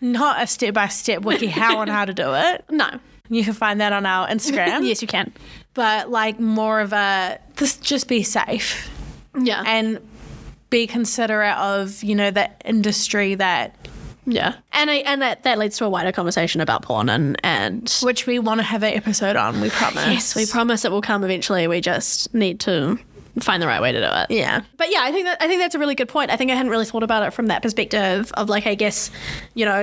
Speaker 2: Not a step by step wiki how on how to do it.
Speaker 3: No.
Speaker 2: You can find that on our Instagram.
Speaker 3: Yes, you can.
Speaker 2: But like more of a this just be safe
Speaker 3: Yeah.
Speaker 2: and be considerate of you know the industry that
Speaker 3: yeah. And I, and that, that leads to a wider conversation about porn and and
Speaker 2: which we want to have an episode on. We promise.
Speaker 3: yes, we promise it will come eventually. We just need to find the right way to do it.
Speaker 2: yeah.
Speaker 3: But yeah, I think that I think that's a really good point. I think I hadn't really thought about it from that perspective of like I guess, you know,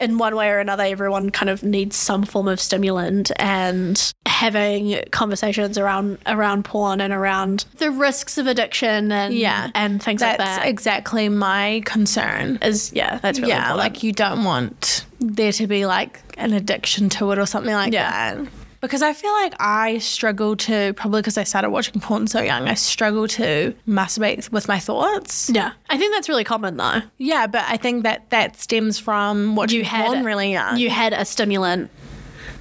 Speaker 3: in one way or another everyone kind of needs some form of stimulant and having conversations around around porn and around the risks of addiction and
Speaker 2: Yeah.
Speaker 3: and things
Speaker 2: That's
Speaker 3: like that is
Speaker 2: exactly my concern.
Speaker 3: yeah, that's really
Speaker 2: yeah,
Speaker 3: important.
Speaker 2: like you don't want there to be like an addiction to it or something like
Speaker 3: Yeah.
Speaker 2: that. Because I feel like I struggle to probably because I started watching porn so young, I struggle to masturbate with my thoughts.
Speaker 3: yeah. I think that's really common though.
Speaker 2: Yeah, but I think that that stems from watching
Speaker 3: You had
Speaker 2: porn really young.
Speaker 3: You had a stimulant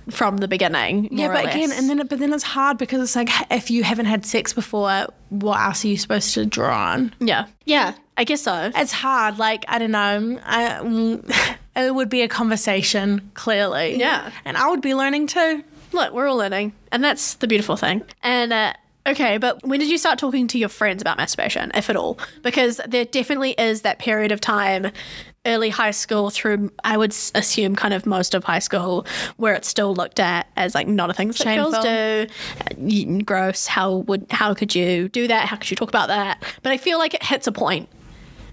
Speaker 3: from the beginning.
Speaker 2: Yeah,
Speaker 3: more or
Speaker 2: but again,
Speaker 3: less.
Speaker 2: and then it- but then it's hard because it's like h- if you haven't had sex before, what else are you supposed to draw on?
Speaker 3: Yeah. Yeah. I guess so.
Speaker 2: It's hard. Like I don't know. I, mm, it would be a conversation clearly.
Speaker 3: Yeah.
Speaker 2: and I would be learning too.
Speaker 3: Look, we're all learning, and that's the beautiful thing. And uh, okay, but when did you start talking to your friends about masturbation, if at all? Because there definitely is that period of time, early high school through, I would s- assume, kind of most of high school, where it's still looked at as like not a thing that girls
Speaker 2: Shameful.
Speaker 3: do. Uh, y- Gross. How would how could you do that? How could you talk about that? But I feel like it hits a point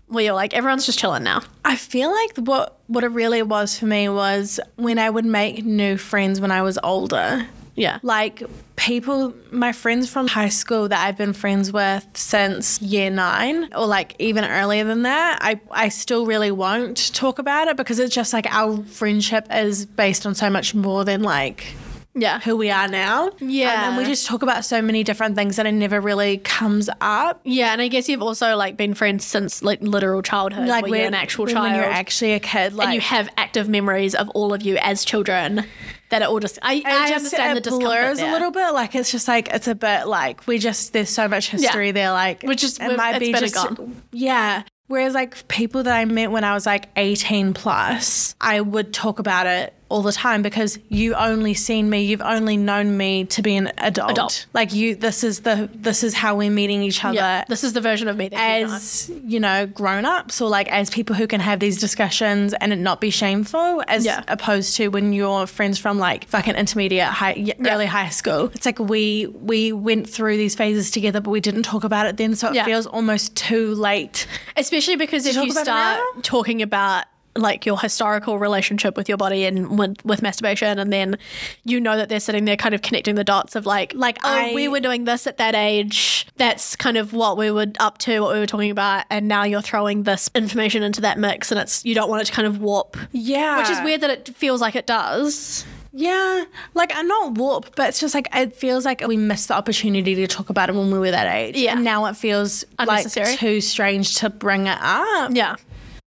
Speaker 3: where you're like, everyone's just chilling now.
Speaker 2: I feel like what what it really was for me was when I would make new friends when I was older.
Speaker 3: Yeah.
Speaker 2: Like people, my friends from high school that I've been friends with since year nine, or like even earlier than that, I, I still really won't talk about it because it's just like our friendship is based on so much more than like
Speaker 3: Yeah.
Speaker 2: who we are now. Um,
Speaker 3: Yeah.
Speaker 2: And, and we just talk about so many different things that it never really comes up.
Speaker 3: Yeah, and I guess you've also like been friends since like literal childhood,
Speaker 2: Like
Speaker 3: where
Speaker 2: when-
Speaker 3: you're an actual
Speaker 2: when-
Speaker 3: child,
Speaker 2: When you're actually a kid. Like,
Speaker 3: and you have active memories of all of you as children. That are all just I,
Speaker 2: it
Speaker 3: I
Speaker 2: just-
Speaker 3: understand the
Speaker 2: it
Speaker 3: discomfort
Speaker 2: blurs
Speaker 3: there.
Speaker 2: a little bit. Like it's just like it's a bit like we just there's so much history there. Like
Speaker 3: Which is-
Speaker 2: it might
Speaker 3: it's
Speaker 2: be
Speaker 3: better
Speaker 2: just
Speaker 3: gone.
Speaker 2: yeah. Whereas, like, people that I met when I was like 18 plus, I would talk about it all the time because you only seen me, you've only known me to be an adult.
Speaker 3: Adult.
Speaker 2: Like, you, this is the, this is how we're meeting each other
Speaker 3: Yeah, this is the version of me that you know.
Speaker 2: as you know grown-ups or like as people who can have these discussions and it not be shameful as
Speaker 3: Yeah.
Speaker 2: opposed to when your friends from like fucking intermediate high y- early high school it's like we we went through these phases together but we didn't talk about it then so it
Speaker 3: Yeah.
Speaker 2: feels almost too late
Speaker 3: Especially because if
Speaker 2: talk
Speaker 3: you
Speaker 2: about it
Speaker 3: start
Speaker 2: now?
Speaker 3: talking about like your historical relationship with your body and with, with masturbation, and then you know that they're sitting there kind of connecting the dots of like, like oh,
Speaker 2: I-
Speaker 3: we were doing this at that age. That's kind of what we were up to, what we were talking about, and now you're throwing this information into that mix, and it's you don't want it to kind of warp,
Speaker 2: yeah
Speaker 3: which is weird that it feels like it does.
Speaker 2: yeah like i'm not warped but it's just like it feels like we missed the opportunity to talk about it when we were that age
Speaker 3: Yeah.
Speaker 2: and now it feels like
Speaker 3: Unnecessary.
Speaker 2: too strange to bring it up
Speaker 3: Yeah.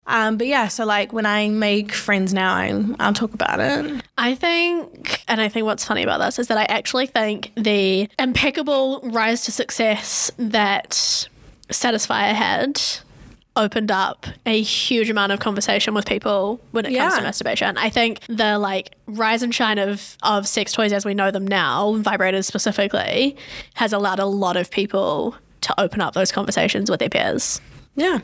Speaker 2: Um, but yeah, so like when I make friends now, I, I'll talk about it.
Speaker 3: I think, and I think what's funny about this is that I actually think the impeccable rise to success that Satisfier had opened up a huge amount of conversation with people when it comes
Speaker 2: Yeah.
Speaker 3: to masturbation. I think the like rise and shine of of sex toys as we know them now, vibrators specifically, has allowed a lot of people to open up those conversations with their peers.
Speaker 2: Yeah.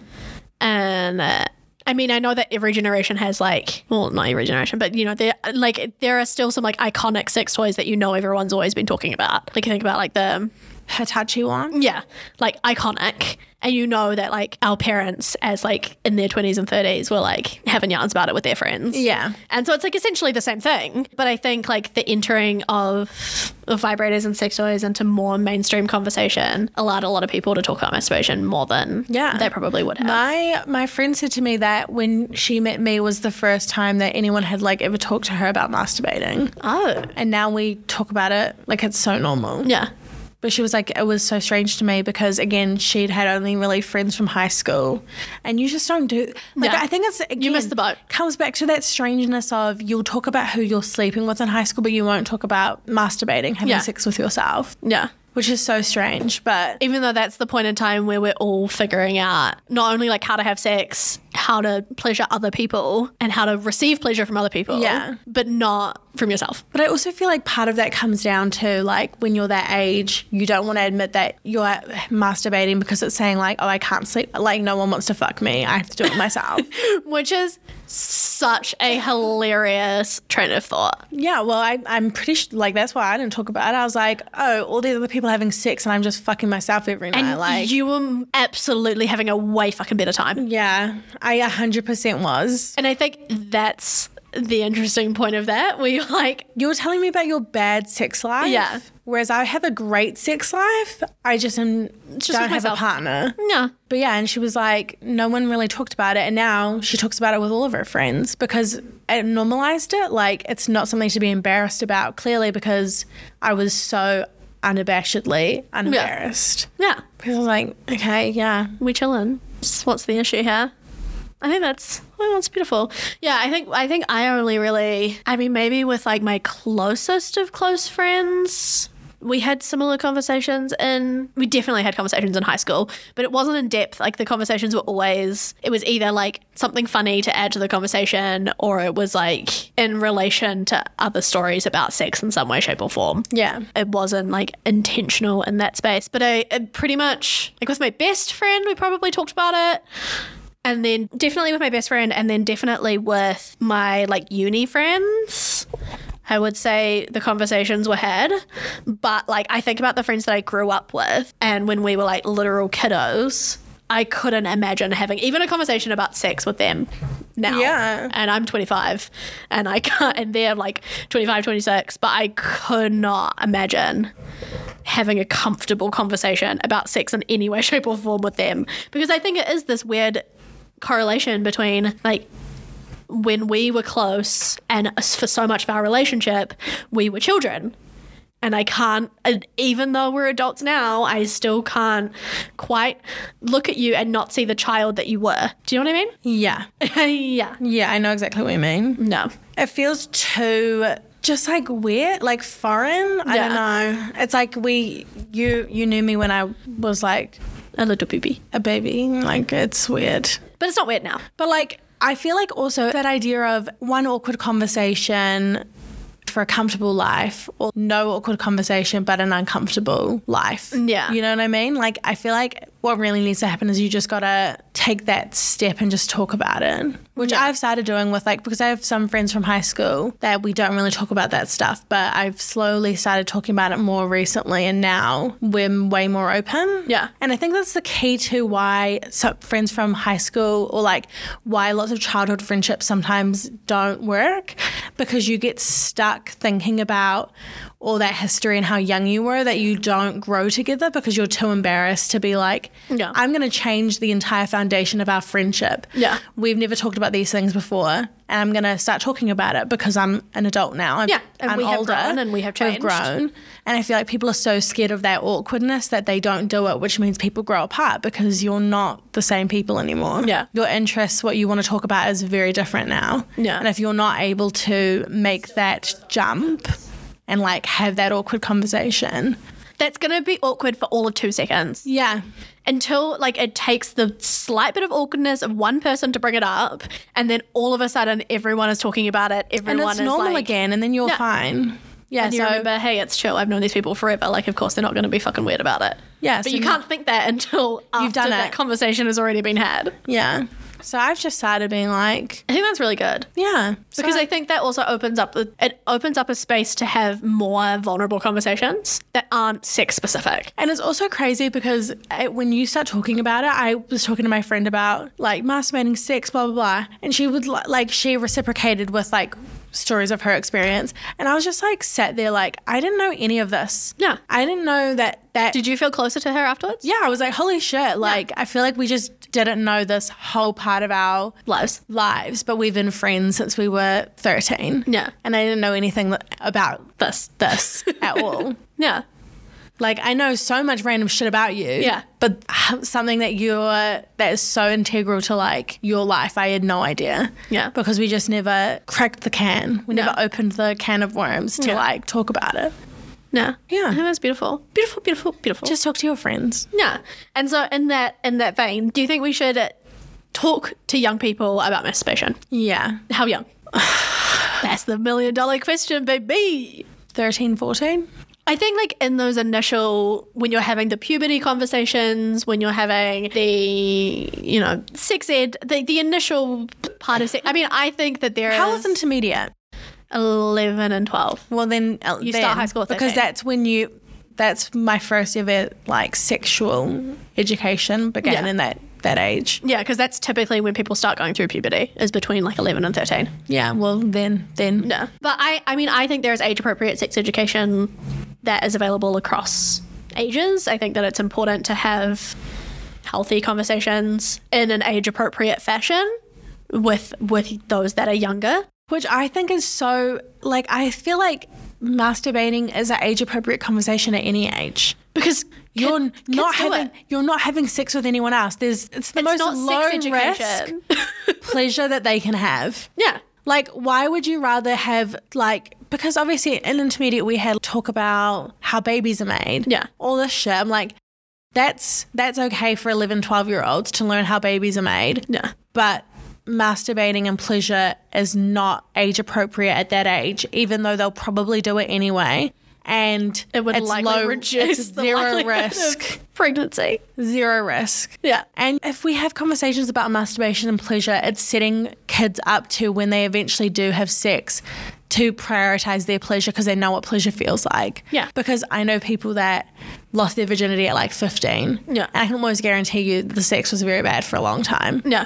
Speaker 3: And uh, I mean, I know that every generation has like, well, not every generation, but you know, there like there are still some like iconic sex toys that you know everyone's always been talking about. Like you think about like the
Speaker 2: Hitachi one.
Speaker 3: yeah, like iconic. And you know that like our parents as like in their 20s and 30s were like having yarns about it with their friends.
Speaker 2: Yeah.
Speaker 3: And so it's like essentially the same thing. But I think like the entering of, of vibrators and sex toys into more mainstream conversation allowed a lot of people to talk about masturbation more than
Speaker 2: Yeah.
Speaker 3: they probably would have.
Speaker 2: My my friend said to me that when she met me was the first time that anyone had like ever talked to her about masturbating.
Speaker 3: oh.
Speaker 2: And now we talk about it like it's so normal.
Speaker 3: Yeah.
Speaker 2: But she was like, it was so strange to me because again, she'd had only really friends from high school, and you just don't do. Like,
Speaker 3: Yeah.
Speaker 2: I think it's again,
Speaker 3: missed the boat.
Speaker 2: Comes back to that strangeness of you'll talk about who you're sleeping with in high school, but you won't talk about masturbating, having
Speaker 3: Yeah.
Speaker 2: sex with yourself,
Speaker 3: Yeah.
Speaker 2: which is so strange. But
Speaker 3: Even though that's the point in time where we're all figuring out not only like how to have sex, how to pleasure other people and how to receive pleasure from other people.
Speaker 2: Yeah.
Speaker 3: But not from yourself.
Speaker 2: but I also feel like part of that comes down to like when you're that age, you don't want to admit that you're masturbating because it's saying like, oh, I can't sleep, like no one wants to fuck me, I have to do it myself.
Speaker 3: Which is such a hilarious train of thought.
Speaker 2: Yeah, well, I, I'm pretty sure, like, that's why I didn't talk about it. I was like, oh, all these other people are having sex and I'm just fucking myself every night. like,
Speaker 3: you were absolutely having a way fucking better time.
Speaker 2: yeah, I 100% was.
Speaker 3: And I think that's the interesting point of that. where you are like,
Speaker 2: You were telling me about your bad sex life.
Speaker 3: Yeah.
Speaker 2: Whereas I have a great sex life. I just, am,
Speaker 3: just
Speaker 2: don't
Speaker 3: with
Speaker 2: have
Speaker 3: myself.
Speaker 2: a partner.
Speaker 3: no.
Speaker 2: But yeah, and she was like, no one really talked about it. And now she talks about it with all of her friends because it normalized it. Like, it's not something to be embarrassed about, clearly, because I was so unabashedly unembarrassed.
Speaker 3: Yeah.
Speaker 2: People was like, okay, yeah.
Speaker 3: we chillin'. What's the issue here? I think that's I think that's beautiful. Yeah, I think I think I only really I mean maybe with like my closest of close friends we had similar conversations and we definitely had conversations in high school, but it wasn't in depth. Like the conversations were always it was either like something funny to add to the conversation or it was like in relation to other stories about sex in some way, shape or form
Speaker 2: Yeah.
Speaker 3: it wasn't like intentional in that space. But I, I pretty much like with my best friend, we probably talked about it. And then definitely with my best friend, and then definitely with my like uni friends. I would say the conversations were had, but like I think about the friends that I grew up with, and when we were like literal kiddos, I couldn't imagine having even a conversation about sex with them now.
Speaker 2: Yeah.
Speaker 3: And I'm 25, and I can't, and they're like 25, 26, but I could not imagine having a comfortable conversation about sex in any way, shape, or form with them because I think it is this weird correlation between like when we were close and us- for so much of our relationship, we were children. And I can't, and even though we're adults now, I still can't quite look at you and not see the child that you were. Do you know what
Speaker 2: Yeah.
Speaker 3: I mean? yeah.
Speaker 2: Yeah, I know exactly what you mean.
Speaker 3: No.
Speaker 2: It feels too just like weird, like foreign. I
Speaker 3: Yeah.
Speaker 2: don't know. It's like we you you knew me when I was like
Speaker 3: a little baby.
Speaker 2: a baby. Like it's weird.
Speaker 3: But it's not weird now.
Speaker 2: But like, I feel like also that idea of one awkward conversation for a comfortable life or no awkward conversation but an uncomfortable life.
Speaker 3: Yeah.
Speaker 2: You know what I mean? Like, I feel like what really needs to happen is you just gotta take that step and just talk about it, which I've started doing with like, because I have some friends from high school that we don't really talk about that stuff, but I've slowly started talking about it more recently and now we're way more open.
Speaker 3: Yeah.
Speaker 2: And I think that's the key to why so friends from high school or like why lots of childhood friendships sometimes don't work because you get stuck thinking about all that history and how young you were that you don't grow together because you're too embarrassed to be like,
Speaker 3: Yeah.
Speaker 2: I'm going to change the entire foundation of our friendship.
Speaker 3: Yeah.
Speaker 2: We've never talked about these things before. And I'm going to start talking about it because I'm an adult now. I've-
Speaker 3: Yeah, and
Speaker 2: I'm
Speaker 3: we have
Speaker 2: older
Speaker 3: grown and we have changed.
Speaker 2: We've grown own. And I feel like people are so scared of that awkwardness that they don't do it, which means people grow apart because you're not the same people anymore.
Speaker 3: Yeah.
Speaker 2: Your interests, what you want to talk about is very different now.
Speaker 3: Yeah.
Speaker 2: And if you're not able to make that jump and like have that awkward conversation.
Speaker 3: That's going to be awkward for all of two seconds
Speaker 2: Yeah.
Speaker 3: until like it takes the slight bit of awkwardness of one person to bring it up, and then all of a sudden everyone is talking about it.
Speaker 2: And
Speaker 3: Everyone
Speaker 2: it's
Speaker 3: is
Speaker 2: normal
Speaker 3: like,
Speaker 2: again and then you're
Speaker 3: Yeah.
Speaker 2: fine. Yeah.
Speaker 3: And you
Speaker 2: so
Speaker 3: remember, hey, it's chill. I've known these people forever. Like, of course, they're not going to be fucking weird about it.
Speaker 2: Yeah,
Speaker 3: but
Speaker 2: so
Speaker 3: you
Speaker 2: you-
Speaker 3: can't think that until after
Speaker 2: done
Speaker 3: that
Speaker 2: it.
Speaker 3: conversation has already been had.
Speaker 2: yeah. So I've just started being like,
Speaker 3: I think that's really good
Speaker 2: yeah. So-
Speaker 3: because I think that also opens up the, it opens up a space to have more vulnerable conversations that aren't sex specific.
Speaker 2: And it's also crazy because uh when you start talking about it, I was talking to my friend about like masturbating, sex, blah blah blah, and she would li- like she reciprocated with like stories of her experience, and I was just like sat there like I didn't know any of this.
Speaker 3: Yeah.
Speaker 2: I didn't know that that.
Speaker 3: Did you feel closer to her afterwards?
Speaker 2: yeah, I was like, holy shit! Like I feel like we just didn't know this whole part of our
Speaker 3: Lives.
Speaker 2: lives, but we've been friends since we were thirteen.
Speaker 3: Yeah.
Speaker 2: and I didn't know anything that, about
Speaker 3: This.
Speaker 2: this at all.
Speaker 3: Yeah.
Speaker 2: Like I know so much random shit about you.
Speaker 3: Yeah.
Speaker 2: But something that you're that is so integral to like your life, I had no idea.
Speaker 3: Yeah.
Speaker 2: Because we just never cracked the can. We
Speaker 3: No.
Speaker 2: never opened the can of worms to
Speaker 3: Yeah.
Speaker 2: like talk about it.
Speaker 3: No.
Speaker 2: Yeah.
Speaker 3: I think that's beautiful. Beautiful, beautiful, beautiful.
Speaker 2: Just talk to your friends.
Speaker 3: Yeah. And so in that in that vein, do you think we should uh, talk to young people about masturbation?
Speaker 2: Yeah.
Speaker 3: How young? That's the million dollar question, baby.
Speaker 2: 13, 14?
Speaker 3: I think like in those initial when you're having the puberty conversations, when you're having the you know sex ed, the, the initial part of sex. I mean, I think that there is
Speaker 2: How is intermediate?
Speaker 3: eleven and twelve.
Speaker 2: Well then uh,
Speaker 3: You start
Speaker 2: then,
Speaker 3: high school at
Speaker 2: because
Speaker 3: 13.
Speaker 2: that's when you that's my first ever like sexual education began
Speaker 3: Yeah.
Speaker 2: in that that age.
Speaker 3: Yeah, because that's typically when people start going through puberty is between like eleven and thirteen.
Speaker 2: Yeah, well then then
Speaker 3: No. But I, I mean, I think there is age appropriate sex education that is available across ages. I think that it's important to have healthy conversations in an age appropriate fashion with with those that are younger.
Speaker 2: which I think is so like I feel like masturbating is an age appropriate conversation at any age.
Speaker 3: Because
Speaker 2: You're
Speaker 3: kid- kids
Speaker 2: not
Speaker 3: do
Speaker 2: having
Speaker 3: it.
Speaker 2: you're not having sex with anyone else. There's it's the
Speaker 3: it's
Speaker 2: most
Speaker 3: not
Speaker 2: low
Speaker 3: sex
Speaker 2: risk
Speaker 3: education.
Speaker 2: pleasure that they can have.
Speaker 3: yeah.
Speaker 2: Like why would you rather have like because obviously in intermediate we had talk about how babies are made.
Speaker 3: Yeah.
Speaker 2: All this shit. I'm like that's that's okay for 11 12 year olds to learn how babies are made
Speaker 3: No.
Speaker 2: but masturbating and pleasure is not age appropriate at that age, even though they'll probably do it anyway. And
Speaker 3: It would
Speaker 2: it's
Speaker 3: likely
Speaker 2: low,
Speaker 3: reduce
Speaker 2: it's
Speaker 3: the
Speaker 2: zero
Speaker 3: likelihood of
Speaker 2: risk,
Speaker 3: pregnancy.
Speaker 2: zero risk.
Speaker 3: Yeah.
Speaker 2: And if we have conversations about masturbation and pleasure, it's setting kids up to when they eventually do have sex to prioritize their pleasure because they know what pleasure feels like.
Speaker 3: Yeah.
Speaker 2: Because I know people that lost their virginity at like 15.
Speaker 3: Yeah.
Speaker 2: And I can almost guarantee you the sex was very bad for a long time
Speaker 3: No.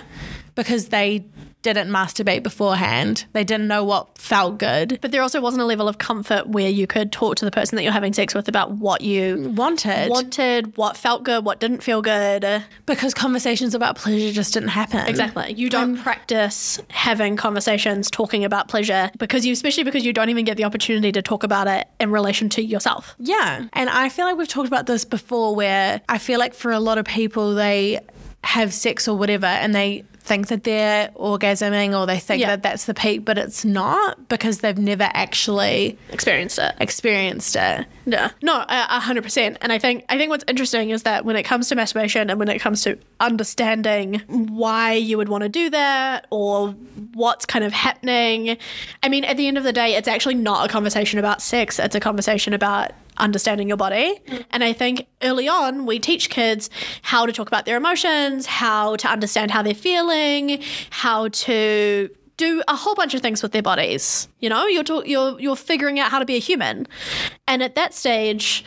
Speaker 2: because they didn't masturbate beforehand. They didn't know what felt good,
Speaker 3: But there also wasn't a level of comfort where you could talk to the person that you're having sex with about what you
Speaker 2: wanted,
Speaker 3: wanted, what felt good, what didn't feel good.
Speaker 2: because conversations about pleasure just didn't happen.
Speaker 3: Exactly. You don't practice having conversations talking about pleasure because you, especially because you don't even get the opportunity to talk about it in relation to yourself.
Speaker 2: Yeah. And I feel like we've talked about this before where I feel like for a lot of people, they have sex or whatever and they think that they're orgasming or they think
Speaker 3: Yeah.
Speaker 2: that that's the peak, but it's not because they've never actually
Speaker 3: experienced it.
Speaker 2: experienced it.
Speaker 3: No, no, a hundred percent. And I think I think what's interesting is that when it comes to masturbation and when it comes to understanding why you would want to do that or what's kind of happening, I mean, at the end of the day, it's actually not a conversation about sex. It's a conversation about understanding your body. And I think early on, we teach kids how to talk about their emotions, how to understand how they're feeling, how to do a whole bunch of things with their bodies. You know, you're talk, you're you're figuring out how to be a human, and at that stage,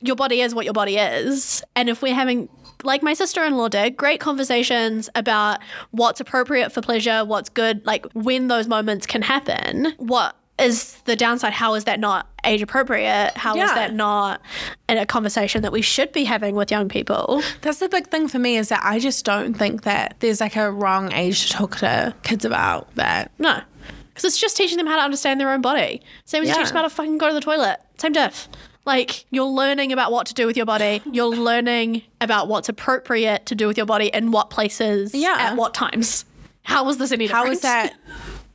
Speaker 3: your body is what your body is. And if we're having like my sister-in-law did great conversations about what's appropriate for pleasure, what's good, like when those moments can happen. What is the downside? How is that not age appropriate? How is
Speaker 2: Yeah.
Speaker 3: that not a conversation that we should be having with young people?
Speaker 2: That's the big thing for me is that I just don't think that there's like a wrong age to talk to kids about that.
Speaker 3: No. Because it's just teaching them how to understand their own body. Same as
Speaker 2: Yeah.
Speaker 3: teaching them how to fucking go to the toilet. Same diff. Like, you're learning about what to do with your body. You're learning about what's appropriate to do with your body in what places,
Speaker 2: Yeah.
Speaker 3: at what times. How was this any different?
Speaker 2: How is that?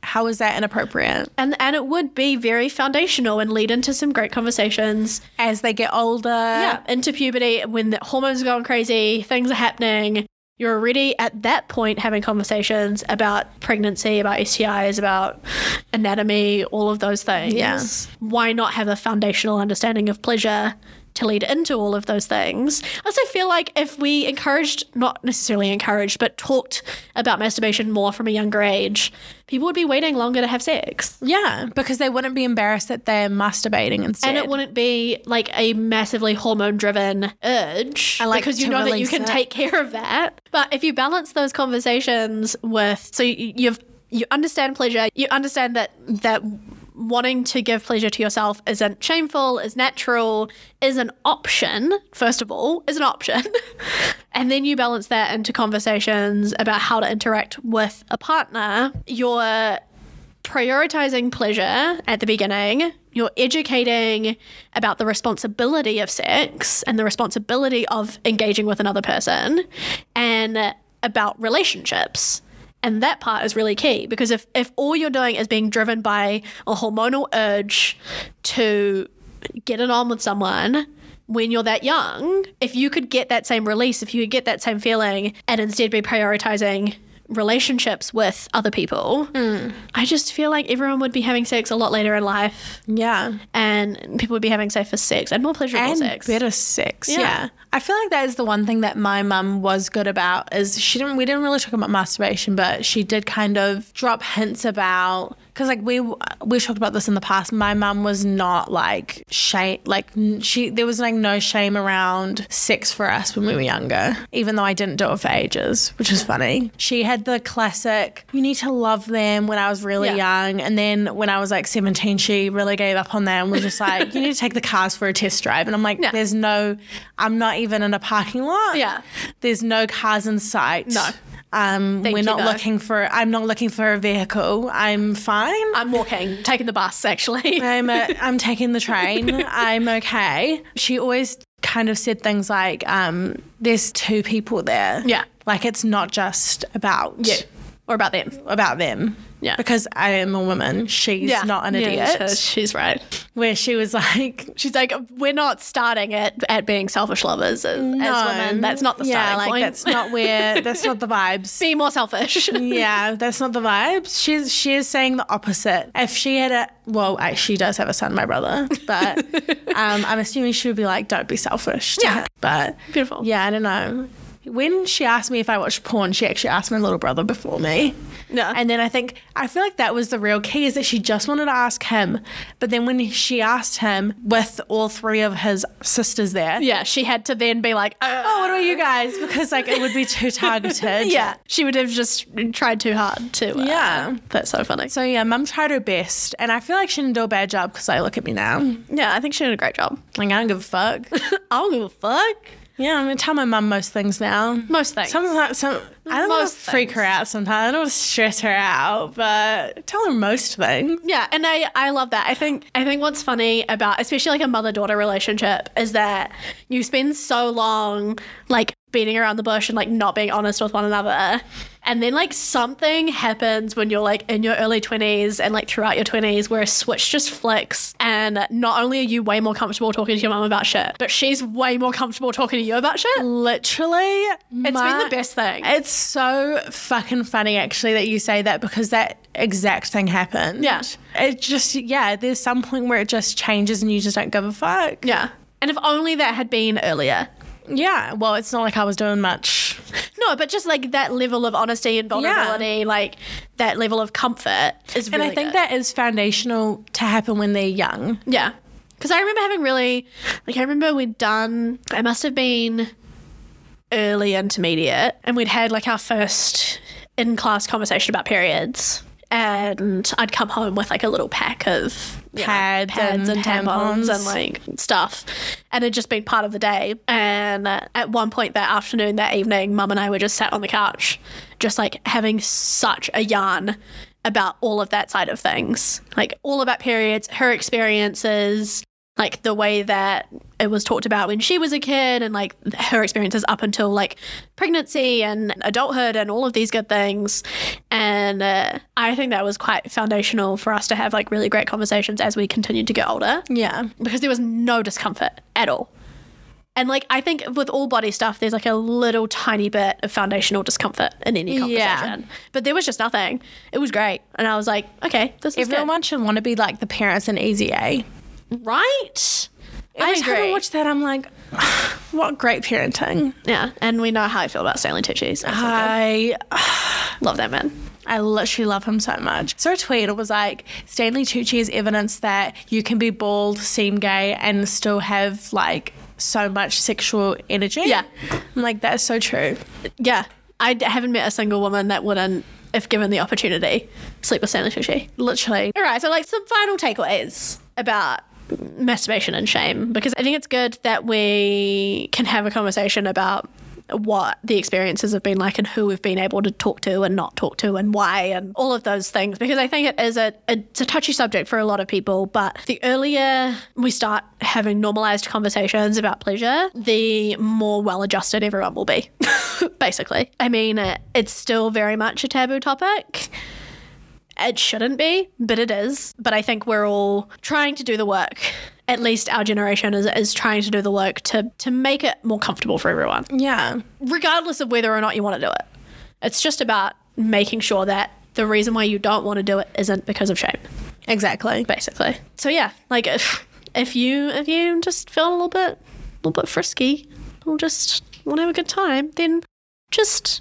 Speaker 2: How is that inappropriate?
Speaker 3: And, and it would be very foundational and lead into some great conversations.
Speaker 2: As they get older,
Speaker 3: Yeah. uh, Into puberty, when the hormones are going crazy, things are happening. You're already at that point having conversations about pregnancy, about STIs, about anatomy, all of those things.
Speaker 2: Yeah.
Speaker 3: Why not have a foundational understanding of pleasure to lead into all of those things? I also feel like if we encouraged, not necessarily encouraged, but talked about masturbation more from a younger age, people would be waiting longer to have sex.
Speaker 2: yeah, because they wouldn't be embarrassed that they're masturbating instead.
Speaker 3: And it wouldn't be like a massively hormone driven urge
Speaker 2: I like
Speaker 3: because you
Speaker 2: to
Speaker 3: know that you
Speaker 2: release
Speaker 3: can
Speaker 2: it.
Speaker 3: take care of that. But if you balance those conversations with, so you- you've, you understand pleasure, you understand that, that wanting to give pleasure to yourself isn't shameful, is natural, is an option, first of all, is an option. and then you balance that into conversations about how to interact with a partner. You're prioritizing pleasure at the beginning. You're educating about the responsibility of sex and the responsibility of engaging with another person and about relationships. And that part is really key because if, if all you're doing is being driven by a hormonal urge to get it on with someone when you're that young, if you could get that same release, if you could get that same feeling and instead be prioritizing relationships with other people, I just feel like everyone would be having sex a lot later in life
Speaker 2: yeah,
Speaker 3: and people would be having safer sex and more pleasurable
Speaker 2: and
Speaker 3: sex.
Speaker 2: better sex.
Speaker 3: Yeah.
Speaker 2: Yeah. I feel like that is the one thing that my mum was good about is she didn't we didn't really talk about masturbation, but she did kind of drop hints about because like we we talked about this in the past. My mum was not like shame like n- she there was like no shame around sex for us when we were younger, even though I didn't do it for ages, which is funny. She had the classic you need to love them when I was really
Speaker 3: Yeah.
Speaker 2: young, and then when I was like seventeen, she really gave up on that and was just like you need to take the cars for a test drive, and I'm like
Speaker 3: Yeah.
Speaker 2: there's no, I'm not even in a parking lot.
Speaker 3: Yeah.
Speaker 2: There's no cars in sight.
Speaker 3: No.
Speaker 2: Um,
Speaker 3: Thank
Speaker 2: we're
Speaker 3: you,
Speaker 2: not
Speaker 3: though.
Speaker 2: looking for, I'm not looking for a vehicle. I'm fine.
Speaker 3: I'm walking, taking the bus actually.
Speaker 2: I'm, uh, I'm taking the train. I'm okay. She always kind of said things like, um, there's two people there.
Speaker 3: Yeah.
Speaker 2: Like it's not just about
Speaker 3: yeah. Or about them.
Speaker 2: about them.
Speaker 3: Yeah.
Speaker 2: Because I am a woman. She's not an
Speaker 3: Yeah,
Speaker 2: idiot.
Speaker 3: she's- She's right.
Speaker 2: Where she was like,
Speaker 3: She's like, we're not starting at, at being selfish lovers as, as women. That's not the starting
Speaker 2: yeah, like
Speaker 3: point.
Speaker 2: that's not where that's not the vibes.
Speaker 3: Be more selfish.
Speaker 2: yeah, that's not the vibes. She's she is saying the opposite. If she had a well, I, she does have a son, my brother, but um, I'm assuming she would be like, "Don't be selfish." to
Speaker 3: Yeah.
Speaker 2: him. but
Speaker 3: Beautiful.
Speaker 2: yeah, I don't know. When she asked me if I watched porn, she actually asked my little brother before me.
Speaker 3: Yeah.
Speaker 2: And then I think I feel like that was the real key is that she just wanted to ask him, but then when she asked him with all three of his sisters there,
Speaker 3: Yeah, she had to then be like, uh,
Speaker 2: oh, what about you guys? Because like it would be too targeted.
Speaker 3: yeah. She would have just tried too hard to. uh,
Speaker 2: Yeah.
Speaker 3: That's so funny.
Speaker 2: So yeah, mum tried her best, and I feel like she didn't do a bad job because I look at me now, like
Speaker 3: yeah, I think she did a great job.
Speaker 2: I don't give a fuck.
Speaker 3: I don't give a fuck.
Speaker 2: yeah, I'm gonna tell my mum most things now.
Speaker 3: Most things.
Speaker 2: Sometimes, some I don't want
Speaker 3: Most
Speaker 2: to freak her
Speaker 3: things.
Speaker 2: out. Sometimes I don't want to stress her out, but tell her most things.
Speaker 3: Yeah, and I, I love that. I think I think what's funny about especially like a mother daughter relationship is that you spend so long like beating around the bush and like not being honest with one another. And then like something happens when you're like in your early 20s and like throughout your 20s where a switch just flicks and not only are you way more comfortable talking to your mum about shit, but she's way more comfortable talking to you about shit.
Speaker 2: Literally,
Speaker 3: It's been the best thing.
Speaker 2: It's so fucking funny, actually, that you say that because that exact thing happened.
Speaker 3: Yeah.
Speaker 2: It just, yeah, there's some point where it just changes and you just don't give a fuck.
Speaker 3: yeah. And if only that had been earlier.
Speaker 2: Yeah. Well, it's not like I was doing much.
Speaker 3: No, but just like that level of honesty and vulnerability, like that level of comfort is really
Speaker 2: and I think
Speaker 3: good.
Speaker 2: that is foundational to happen when they're young.
Speaker 3: Yeah. Because I remember having really, like, I remember we'd done, I must have been early intermediate, and we'd had like our first in class conversation about periods. And I'd come home with like a little pack of you know,
Speaker 2: Pads
Speaker 3: pads
Speaker 2: and
Speaker 3: and, tampons.
Speaker 2: tampons.
Speaker 3: and like stuff. And it'd just been part of the day. And uh, at one point that afternoon, that evening, mum and I were just sat on the couch, just like having such a yarn about all of that side of things, like all about periods, her experiences, like the way that it was talked about when she was a kid and like her experiences up until like pregnancy and adulthood and all of these good things. And uh, I think that was quite foundational for us to have like really great conversations as we continued to get older
Speaker 2: Yeah.
Speaker 3: because there was no discomfort at all. And like I think with all body stuff, there's like a little tiny bit of foundational discomfort in any conversation.
Speaker 2: Yeah.
Speaker 3: But there was just nothing. It was great, and I was like, okay, this is
Speaker 2: Everyone should want to be like the parents in Easy A.
Speaker 3: good, right?
Speaker 2: I just haven't watched that. I'm like, what great parenting.
Speaker 3: Yeah, and we know how I feel about Stanley Tucci.
Speaker 2: Ah.
Speaker 3: So it's all good.
Speaker 2: I
Speaker 3: love that man.
Speaker 2: I literally love him so much. So a tweet it was like Stanley Tucci is evidence that you can be bald, seem gay, and still have like so much sexual energy.
Speaker 3: Yeah.
Speaker 2: I'm like, that's so true.
Speaker 3: Yeah, I d- haven't met a single woman that wouldn't, if given the opportunity, sleep with Stanley Tucci.
Speaker 2: Literally.
Speaker 3: All right, so like some final takeaways about masturbation and shame because I think it's good that we can have a conversation about what the experiences have been like and who we've been able to talk to and not talk to and why and all of those things because I think it is a it's a touchy subject for a lot of people but the earlier we start having normalized conversations about pleasure the more well adjusted everyone will be basically I mean uh, it's still very much a taboo topic it shouldn't be, but it is. But I think we're all trying to do the work. At least our generation is, is trying to do the work to, to make it more comfortable for everyone,
Speaker 2: Yeah.
Speaker 3: regardless of whether or not you want to do it. It's just about making sure that the reason why you don't want to do it isn't because of shame,
Speaker 2: Exactly.
Speaker 3: basically. So yeah, like if, if you if you just feel a little bit a little bit frisky or just want to have a good time, then just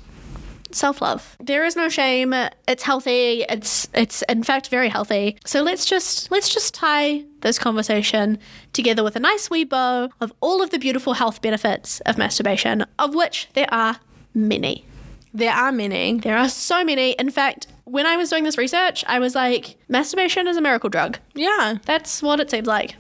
Speaker 3: self love. There is no shame. It's healthy. It's it's in fact very healthy. So let's just let's just tie this conversation together with a nice wee bow of all of the beautiful health benefits of masturbation, of which there are many.
Speaker 2: There are many.
Speaker 3: There are so many. In fact, when I was doing this research, I was like, masturbation is a miracle drug.
Speaker 2: Yeah.
Speaker 3: That's what it seems like.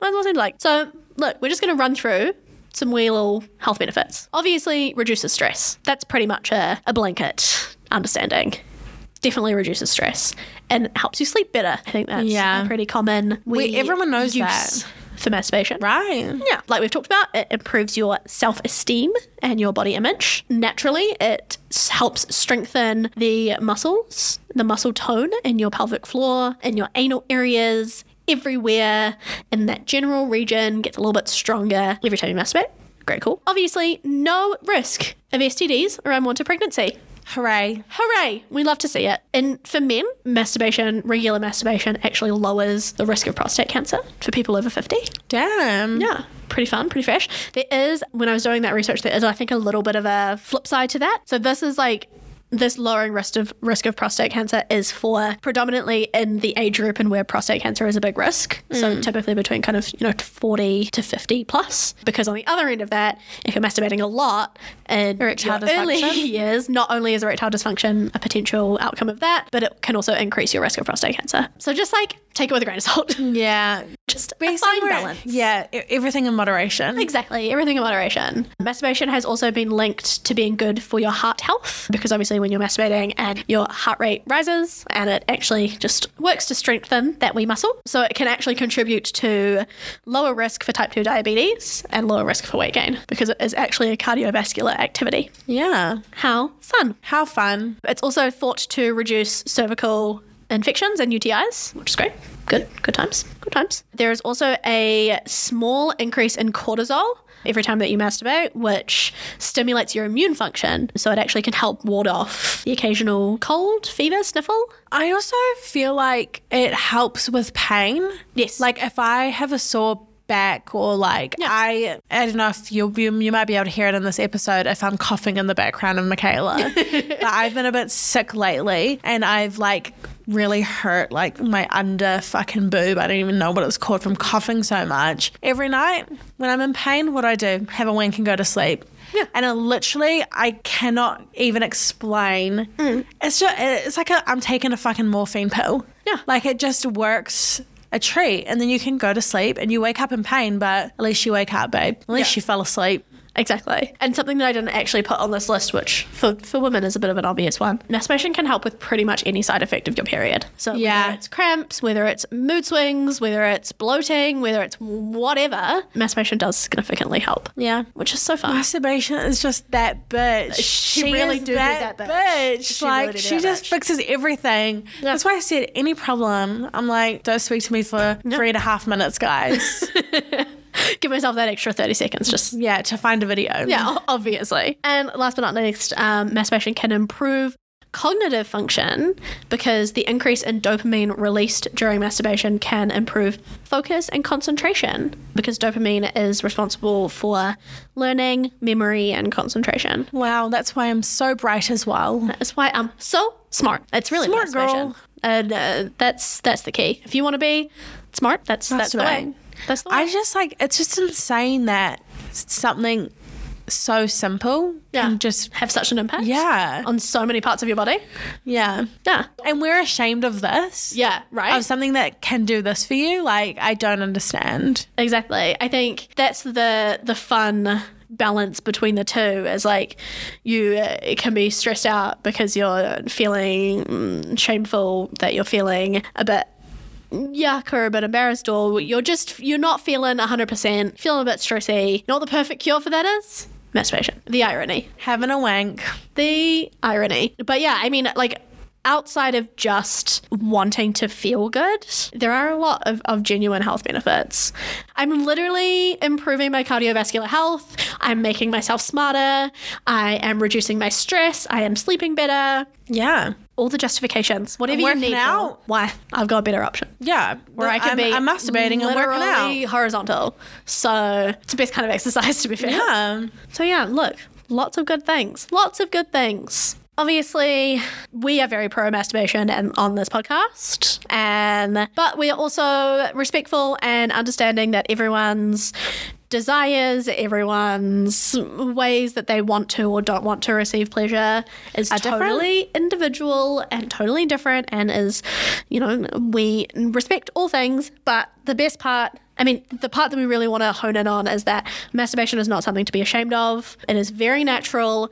Speaker 3: That's what it seems like. So, look, we're just going to run through some wee little health benefits. Obviously, reduces stress. That's pretty much a, a blanket understanding. Definitely reduces stress and helps you sleep better. I think that's
Speaker 2: Yeah.
Speaker 3: a pretty common. wee
Speaker 2: everyone knows
Speaker 3: use
Speaker 2: that.
Speaker 3: for masturbation.
Speaker 2: Right.
Speaker 3: Yeah, like we've talked about, it improves your self esteem and your body image. Naturally, it s- helps strengthen the muscles, the muscle tone in your pelvic floor, in your anal areas, everywhere in that general region, gets a little bit stronger every time you masturbate. Great, cool. Obviously, no risk of STDs or unwanted pregnancy.
Speaker 2: Hooray.
Speaker 3: Hooray! We love to see it. And for men, masturbation, regular masturbation, actually lowers the risk of prostate cancer for people over 50.
Speaker 2: Damn.
Speaker 3: Yeah, pretty fun, pretty fresh. There is, when I was doing that research, there is, I think, a little bit of a flip side to that. So this is like, this lowering risk of risk of prostate cancer is for predominantly in the age group and where prostate cancer is a big risk.
Speaker 2: Mm.
Speaker 3: So typically between kind of you know 40 to 50 plus. Because on the other end of that, if you're masturbating a lot and
Speaker 2: Erectile
Speaker 3: your early
Speaker 2: dysfunction.
Speaker 3: years, not only is erectile dysfunction a potential outcome of that, but it can also increase your risk of prostate cancer. So just like
Speaker 1: take it with a grain of salt.
Speaker 2: Yeah.
Speaker 1: Just
Speaker 2: Be
Speaker 1: a fine
Speaker 2: somewhere-
Speaker 1: balance.
Speaker 2: Yeah, e- everything in moderation.
Speaker 1: Exactly.
Speaker 3: Everything in moderation. Masturbation has also been linked to being good for your heart health because obviously when you're masturbating and your heart rate rises and it actually just works to strengthen that wee muscle. So it can actually contribute to lower risk for type 2 diabetes and lower risk for weight gain because it is actually a cardiovascular activity.
Speaker 2: Yeah.
Speaker 3: How fun.
Speaker 2: How fun.
Speaker 3: It's also thought to reduce cervical infections and UTIs, which is great. Good, good times, good times. There is also a small increase in cortisol every time that you masturbate, which stimulates your immune function. So it actually can help ward off the occasional cold, fever, sniffle.
Speaker 2: I also feel like it helps with pain.
Speaker 3: Yes.
Speaker 2: Like if I have a sore back or like I I don't know if you, you you might be able to hear it in this episode if I'm coughing in the background of Michaela. but I've been a bit sick lately and I've like really hurt like my under fucking boob. I don't even know what it's called from coughing so much. Every night when I'm in pain, what do I do? Have a wink and go to sleep. Yeah. And it literally, I cannot even explain. It's just, it's like a, I'm taking a fucking morphine pill.
Speaker 3: Yeah.
Speaker 2: Like it just works a treat. And then you can go to sleep and you wake up in pain, but at least you wake up, babe. At least you fell asleep.
Speaker 3: Exactly. And something that I didn't actually put on this list, which for, for women is a bit of an obvious one. Masturbation can help with pretty much any side effect of your period. So
Speaker 2: Yeah.
Speaker 3: whether it's cramps, whether it's mood swings, whether it's bloating, whether it's whatever, masturbation does significantly help.
Speaker 2: Yeah.
Speaker 3: Which is so fun.
Speaker 2: Masturbation is just that bitch.
Speaker 3: She really
Speaker 2: is
Speaker 3: do do that bitch.
Speaker 2: bitch.
Speaker 3: She
Speaker 2: like
Speaker 3: really do
Speaker 2: she
Speaker 3: that
Speaker 2: just
Speaker 3: bitch.
Speaker 2: fixes everything. That's why I said any problem. I'm like, don't speak to me for three and a half minutes, guys.
Speaker 3: Give myself that extra 30 seconds just
Speaker 2: yeah, to find a video.
Speaker 3: Yeah, o- obviously. And last but not least, um, masturbation can improve cognitive function because the increase in dopamine released during masturbation can improve focus and concentration because dopamine is responsible for learning, memory, and concentration.
Speaker 2: Wow, that's why I'm so bright as well.
Speaker 3: That's why I'm so smart. It's really
Speaker 2: Smart
Speaker 3: masturbation.
Speaker 2: girl.
Speaker 3: And uh, that's that's the key. If you want to be smart, that's that's the way.
Speaker 2: Masturbate.
Speaker 3: That's the way.
Speaker 2: I just like it's just insane that something so simple
Speaker 3: Yeah. Oh.
Speaker 2: can just
Speaker 3: have such an impact.
Speaker 2: yeah
Speaker 3: On so many parts of your body.
Speaker 2: yeah,
Speaker 3: Yeah.
Speaker 2: and we're ashamed of this.
Speaker 3: Yeah. Right.
Speaker 2: Of something that can do this for you, like I don't understand.
Speaker 3: Exactly. I think that's the the fun balance between the two is like you uh, can be stressed out because you're feeling mm, shameful that you're feeling a bit yuck or a bit embarrassed or you're just you're not feeling 100% feeling a bit stressy you know what the perfect cure for that is masturbation the irony
Speaker 2: Having a wank,
Speaker 3: the irony. But yeah, I mean, like, outside of just wanting to feel good, there are a lot of, of genuine health benefits. I'm literally improving my cardiovascular health. I'm making myself smarter. I am reducing my stress. I am sleeping better.
Speaker 2: yeah,
Speaker 3: All the justifications, whatever you
Speaker 2: Working
Speaker 3: need.
Speaker 2: out.
Speaker 3: for Why? I've got a better option.
Speaker 2: yeah.
Speaker 3: Where I can
Speaker 2: I'm,
Speaker 3: be
Speaker 2: I'm masturbating and working
Speaker 3: literally
Speaker 2: out.
Speaker 3: horizontal. So it's the best kind of exercise, to be fair.
Speaker 2: Yeah,
Speaker 3: So yeah, look, lots of good things. Lots of good things. Obviously, we are very pro masturbation and on this podcast, and but we are also respectful and understanding that everyone's desires, everyone's ways that they want to or don't want to receive pleasure is
Speaker 2: different.
Speaker 3: totally individual and totally different, and is, you know, we respect all things, but the best part I mean, the part that we really want to hone in on is that masturbation is not something to be ashamed of. It is very natural.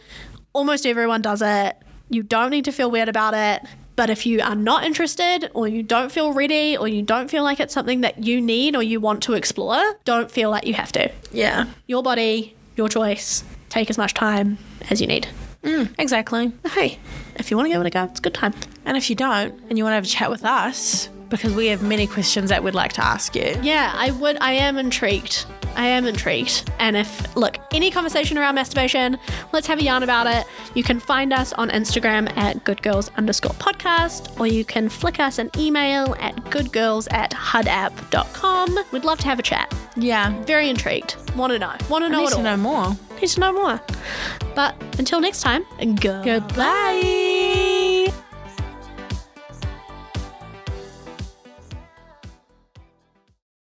Speaker 3: Almost everyone does it. You don't need to feel weird about it. But if you are not interested, or you don't feel ready, or you don't feel like it's something that you need or you want to explore, don't feel like you have to.
Speaker 2: yeah,
Speaker 3: Your body, your choice. Take as much time as you need.
Speaker 2: exactly.
Speaker 3: Hey, if you want to give it a go, it's a good time.
Speaker 2: And if you don't, and you want to have a chat with us, because we have many questions that we'd like to ask you.
Speaker 3: Yeah, I would. I am intrigued. I am intrigued. And if, look, any conversation around masturbation, let's have a yarn about it. You can find us on Instagram at goodgirls underscore podcast, or you can flick us an email at goodgirls at hudapp.com. We'd love to have a chat.
Speaker 2: Yeah,
Speaker 3: Very intrigued. Want to know. Want to
Speaker 2: I
Speaker 3: know
Speaker 2: need
Speaker 3: it
Speaker 2: to
Speaker 3: all.
Speaker 2: know more.
Speaker 3: Need to know more. But until next time, go.
Speaker 2: Goodbye.